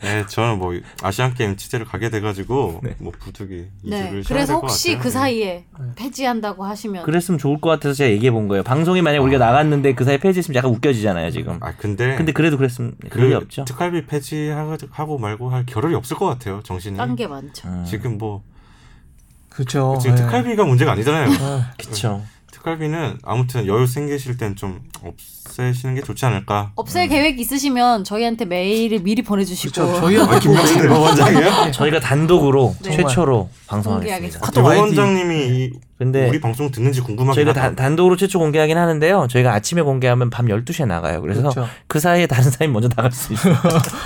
A: 네, 저는 뭐 아시안 게임 취재를 가게 돼가지고
B: 네.
A: 뭐 부득이 이
D: 네.
A: 주를 쉬어야
D: 그래서
A: 될것
D: 혹시
A: 같아요. 예.
D: 그 사이에
C: 네.
D: 폐지한다고 하시면
B: [LAUGHS] 그랬으면 좋을 것 같아서 제가 얘기해 본 거예요. 방송이 만약 우리가 나갔는데 그 사이 폐지했으면 약간 웃겨지잖아요 지금.
A: 아 근데
B: 근데 그래도 그랬으면 그럴 리 없죠.
A: 특활비 폐지하고 말고 할 겨를이 없을 것 같아요. 정신이.
D: 딴 게 많죠.
B: 음, 어,
A: 지금 뭐
C: 그죠.
A: 어, 지금
C: 예.
A: 특활비가 문제가 아니잖아요. [LAUGHS]
C: 아,
B: 그쵸.
A: 특활비는 아무튼 여유 생기실 땐 좀 없애시는 게 좋지 않을까.
D: 없앨 계획 있으면 저희한테 메일을 미리 보내주시고
C: 그쵸. 저희한테
A: 아, 김명수 대법원장이에요?
B: 저희가 단독으로
D: 네.
B: 최초로
D: 공개하겠습니다.
B: 방송하겠습니다.
C: 카톡 아이디.
A: 대법원장님이 이-
B: 근데
A: 우리 방송 듣는지 궁금하긴
B: 네. 저희가
A: 하다.
B: 단, 단독으로 최초 공개하긴 하는데요. 저희가 아침에 공개하면 밤 12시에 나가요. 그래서 그
C: 그쵸.
B: 사이에 다른 사람이 먼저 나갈 수 [LAUGHS] 있어요.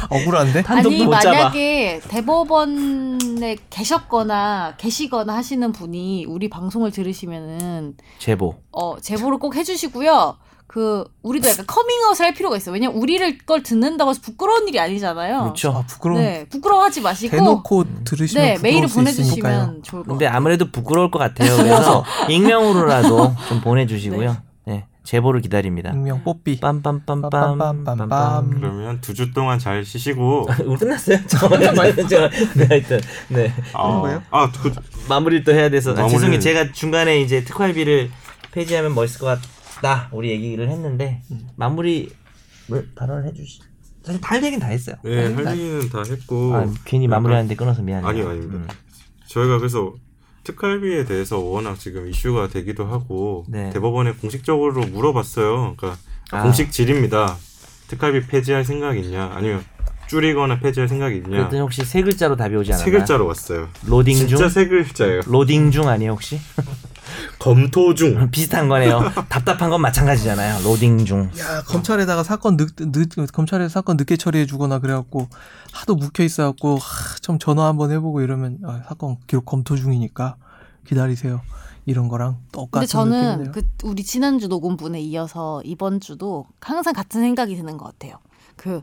C: 억울한데?
B: 단독도
D: 아니
B: 못 잡아.
D: 만약에 대법원에 계셨거나 계시거나 하시는 분이 우리 방송을 들으시면은
B: 제보.
D: 어 제보를 꼭 해주시고요. 그 우리도 약간 커밍아웃을 할 필요가 있어요. 왜냐면 우리를 걸 듣는다고 해서 부끄러운 일이 아니잖아요.
B: 그렇죠.
C: 아, 부끄러운.
D: 네 부끄러워하지 마시고
C: 대놓고 들으시면
D: 네 메일을
C: 부끄러울 수 있으니까요.
D: 보내주시면 좋을 것
B: 근데
D: 같아요.
B: 아무래도 부끄러울 것 [LAUGHS] 같아요. 그래서 익명으로라도 좀 보내주시고요. 네. 제보를 기다립니다.
C: 익명 뽀삐.
B: 음. 빰빰빰빰. 빰빰.
C: 빰빰빰빰빰.
A: 그러면 두 주 동안 잘
B: [LAUGHS]
A: 쉬시고
B: 우리 끝났어요? 저 많이 제가 네, 하여튼 네
A: 아,
C: 거예요?
A: 아, 그,
B: 마무리를 또 해야 돼서 아,
A: 마무리를-
B: 죄송해요 제가 중간에 이제 특활비를 폐지하면 멋있을 것 같다 우리 얘기를 했는데 마무리 를 발언을 해주시 사실 다 할 얘기는 다 했어요
A: 네, 할 얘기는 다 했고
B: 아, 괜히 마무리하는데 끊어서 미안해요
A: 음.
B: 음.
A: 아니요, 아닙니다. 저희가 그래서 특활비에 대해서 워낙 지금 이슈가 되기도 하고
B: 네.
A: 대법원에 공식적으로 물어봤어요. 그러니까
B: 아.
A: 공식 질입니다. 특활비 폐지할 생각 있냐? 아니면 줄이거나 폐지할 생각 있냐?
B: 그랬더니 혹시 세 글자로 답이 오지 않았나요?
A: 세 글자로 왔어요.
B: 로딩 중?
A: 진짜 세 글자예요.
B: 로딩 중 아니에요 혹시? [LAUGHS]
A: 검토 중. [LAUGHS]
B: 비슷한 거네요 답답한 건 마찬가지잖아요 로딩 중
C: 야, 검찰에다가 사건 늦, 늦 검찰에 사건 늦게 처리해 주거나 그래갖고 하도 묵혀 있어갖고 하, 좀 전화 한번 해보고 이러면 아, 사건 기록 검토 중이니까 기다리세요. 이런 거랑 똑같은
D: 근데 저는
C: 느낌이네요.
D: 그 우리 지난주 녹음분에 이어서 이번 주도 항상 같은 생각이 드는 것 같아요. 그,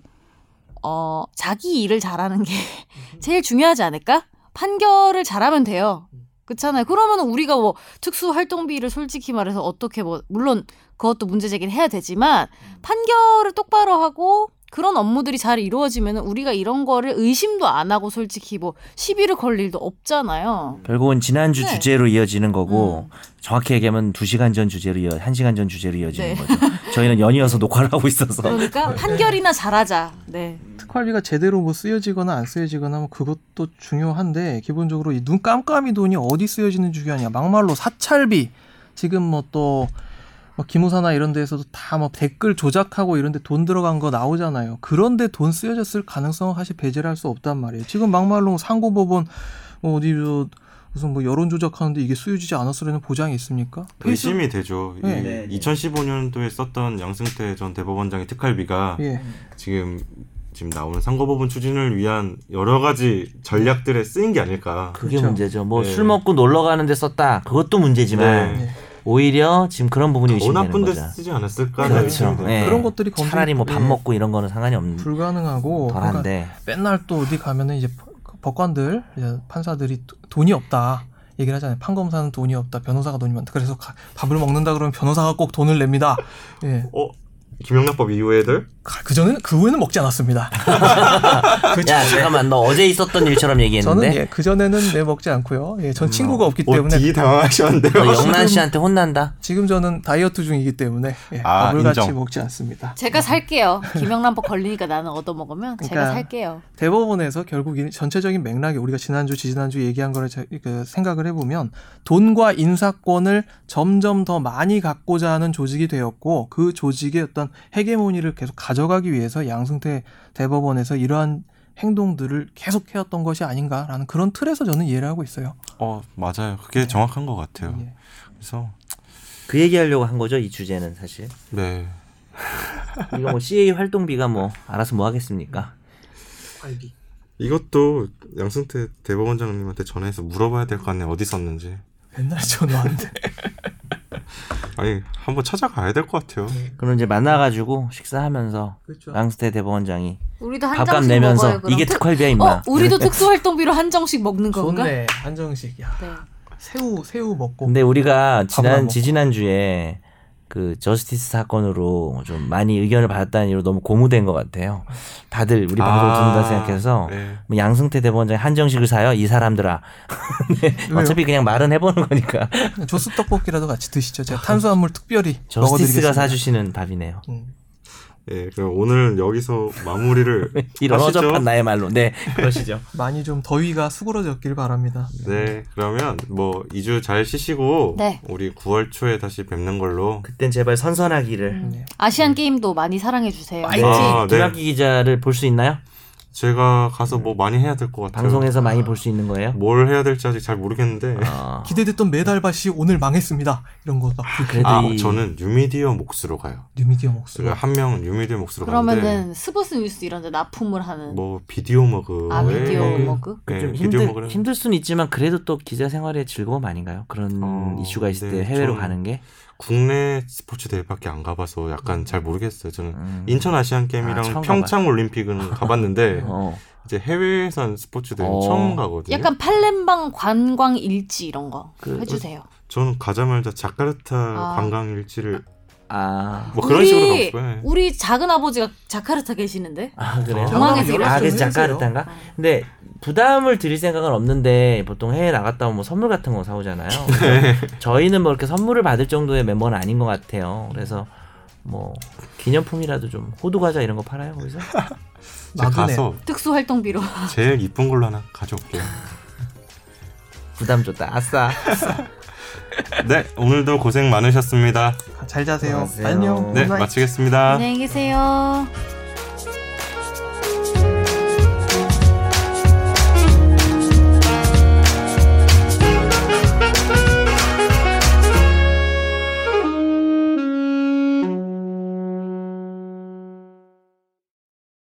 D: 어, 자기 일을 잘하는 게 [LAUGHS] 제일 중요하지 않을까? 판결을 잘하면 돼요. 그렇잖아요. 그러면 우리가 뭐 특수활동비를 솔직히 말해서 어떻게 뭐, 물론 그것도 문제제기를 해야 되지만 판결을 똑바로 하고 그런 업무들이 잘 이루어지면 우리가 이런 거를 의심도 안 하고 솔직히 뭐 시비를 걸 일도 없잖아요.
B: 결국은 지난주
D: 네. 음.
B: 주제로 이어지는 거고 정확히 얘기하면 2시간 전 주제로 이어 1시간 전 주제로 이어지는
D: 네.
B: 거죠. 저희는 연이어서 녹화를 하고 있어서
D: 그러니까 판결이나 잘하자. 네.
C: 특활비가 제대로 뭐 쓰여지거나 안 쓰여지거나 하면 그것도 중요한데 기본적으로 이 눈 깜깜이 돈이 어디 쓰여지는 중요하냐 막말로 사찰비 지금 뭐또 뭐 기무사나 이런 데에서도 다 뭐 댓글 조작하고 이런 데 돈 들어간 거 나오잖아요. 그런데 돈 쓰여졌을 가능성은 사실 배제를 할 수 없단 말이에요. 지금 막말로 상고법원 뭐 어디 저 무슨 뭐 여론 조작하는데 이게 쓰여지지 않았으려는 보장이 있습니까? 페이스북-
A: 의심이 되죠. 이
C: 네.
B: 네, 네.
A: 2015년도에 썼던 양승태 전 대법원장의 특활비가
C: 예.
A: 지금 지금 나오는 선거법원 추진을 위한 여러 가지 전략들에 쓰인 게 아닐까.
B: [LAUGHS] 그게
C: 그렇죠.
B: 문제죠. 뭐
A: 네.
B: 술 먹고 놀러 가는데 썼다. 그것도 문제지만
A: 네.
B: 오히려 지금 그런 부분이
A: 더
B: 의심되는
A: 나쁜 데
B: 거죠.
A: 쓰지 않았을까?
C: 그렇죠.
B: 네.
C: 그런 것들이 검증-
B: 차라리 뭐 밥
C: 예.
B: 먹고 이런 거는 상관이 없는
C: 불가능하고 그러니까
B: 덜한데
C: 맨날 또 어디 가면은 이제 그 법관들 이제 판사들이 도- 돈이 없다 얘기를 하잖아요. 판검사는 돈이 없다, 변호사가 돈이 많다. 그래서 가- 밥을 먹는다 그러면 변호사가 꼭 돈을 냅니다. [LAUGHS] 예,
A: 어? 김영란법 이후 애들?
C: 그 전에는 그 후에는 먹지 않았습니다.
A: 아,
B: 야 잠깐만 너 어제 있었던 일처럼
C: 저는
B: 얘기했는데
C: 예, 그 전에는 네 먹지 않고요. 예, 전 친구가 없기
A: 어,
C: 때문에 아, 예.
A: 되게 당황하셨는데요.
B: 너
C: [LAUGHS]
B: 영란 씨한테 혼난다.
C: 지금 저는 다이어트 중이기 때문에 예,
A: 아,
C: 밥을 같이
A: 인정.
C: 먹지 않습니다.
D: 제가 살게요. 김영란법 걸리니까 나는 얻어먹으면 제가
C: 그러니까
D: 살게요.
C: 대법원에서 결국 이 전체적인 맥락에 우리가 지난주 지지난주 얘기한 거를 자- 그 생각을 해보면 돈과 인사권을 점점 더 많이 갖고자 하는 조직이 되었고 그 조직의 어떤 이러한 헤게모니를 계속 가져가기 위해서 양승태 대법원에서 이러한 행동들을 계속 해왔던 것이 아닌가라는 그런 틀에서 저는 이해를 하고 있어요.
A: 어 맞아요. 그게 정확한 것 같아요.
C: 예.
A: 그래서
B: 그 얘기하려고 한 거죠 이 주제는 사실.
A: 네
B: 이거 뭐 CA 활동비가 뭐 알아서 뭐 하겠습니까?
A: 이것도 양승태 대법원장님한테 전화해서 물어봐야 될 것 같네요. 어디 썼는지.
C: 맨날
D: [LAUGHS]
C: 전화하는데
A: 아니 한번 찾아가야 될 것 같아요.
B: 그럼 이제 만나가지고 식사하면서
C: 그렇죠.
B: 양스테 대법원장이
D: 우리도
B: 밥값 내면서 이게
D: 특
B: 특활비야 임마.
D: 어, 우리도 특수활동비로 한정식 먹는 건가?
C: 좋네 한정식 야
D: 네.
C: 새우 새우 먹고
B: 근데 우리가
C: 밥만
B: 지난
C: 먹고.
B: 지지난 주에 그 저스티스 사건으로 좀 많이 의견을 받았다는 이유로 너무 고무된 것 같아요. 다들 우리 방송 을
C: 아.
B: 듣는다 생각해서
A: 아, 네.
B: 뭐 양승태 대법원장 한정식을 사요 이
C: [LAUGHS]
B: 사람들아. 네, [LAUGHS]
C: 왜요?
B: 어차피 그냥 말은 해보는
C: [LAUGHS]
B: 거니까
C: 조스 떡볶이라도 같이 드시죠. 제가 탄수화물 특별히
B: 저스티스가
C: 먹어드리겠습니다.
B: 사주시는 답이네요.
C: 음.
A: 예, 그럼 오늘 여기서
B: [LAUGHS]
A: 마무리를
B: 이런
A: 하시죠.
B: 허접한 나의
A: [LAUGHS]
B: 말로 네 그러시죠.
C: 많이 좀 더위가 수그러졌길 바랍니다.
A: 네, 그러면 뭐 2주 잘 쉬시고
D: 네.
A: 우리 9월 초에 다시 뵙는 걸로.
B: 그땐 제발
C: 음.
B: 선선하기를.
D: 아시안 게임도 많이 사랑해 주세요.
B: 파이팅!
A: 아, 네.
B: 김학기 기자를 볼 수 있나요?
A: 제가 가서 뭐 많이 해야 될 것 그, 같아요.
B: 음.
A: 네. 아,
B: 방송에서 많이 볼 수 있는 거예요?
A: 뭘 해야 될지 아직 잘 모르겠는데.
B: 어,
C: 기대됐던 메달밭이 오늘 망했습니다. 이런 거 막.
B: 그래도
A: 아,
B: 이- 음.
A: 저는 유미디어 몫으로 가요.
C: 뉴미디어 목소리.
A: 제가 한 명은 유미디어 몫으로 가는데
D: 그러면은 스브스 뉴스 이런 데 납품을 하는
A: 뭐 비디오 머그.
D: 아
A: 예,
D: 미디어 머그?
A: 예,
B: 좀
A: 비디오
B: 힘들,
A: 머그는
B: 힘들 수는 있지만 그래도 또 기자 생활의 즐거움 아닌가요? 그런
A: 어,
B: 이슈가 있을
A: 네,
B: 때 해외로
A: 저는-
B: 가는 게
A: 국내 스포츠 대회밖에 안 가봐서 약간 잘 모르겠어요. 저는
B: 음.
A: 인천 아시안
B: 아,
A: 게임이랑
B: 처음
A: 평창
B: [LAUGHS]
A: 올림픽은 가봤는데
B: 어.
A: 이제 해외에선 스포츠 대회
B: 어.
A: 는 처음 가거든요.
D: 약간 팔렘방 관광 일지 이런 거
B: 그-
D: 해주세요.
A: 저는 가자마자 자카르타
D: 아.
A: 관광 일지를
B: 아,
A: 뭐 그런
D: 우리-
A: 식으로 가고 싶어요.
D: 우리 작은 아버지가 자카르타 계시는데
B: 아 그래요?
D: 공항에서
B: 아,
D: 연락
B: 그
D: 좀
B: 자카르타인가? 근데 부담을 드릴 생각은 없는데 보통 해외 나갔다 오면 뭐 선물 같은 거 사오잖아요. 그래서 저희는 뭐 이렇게 선물을 받을 정도의 멤버는 아닌 것 같아요. 그래서 뭐 기념품이라도 좀 호두 과자 이런 거 팔아요 거기서?
A: 제가
C: 마그네.
A: 가서
D: 특수 활동비로 [LAUGHS]
A: 제일 이쁜 걸로 하나 가져올게요.
B: 부담 줬다. 아싸.
A: 네, 오늘도 고생 많으셨습니다.
C: 잘 자세요.
B: 안녕하세요.
C: 안녕.
A: 네,
C: 굿나잇.
A: 마치겠습니다.
D: 안녕히 계세요.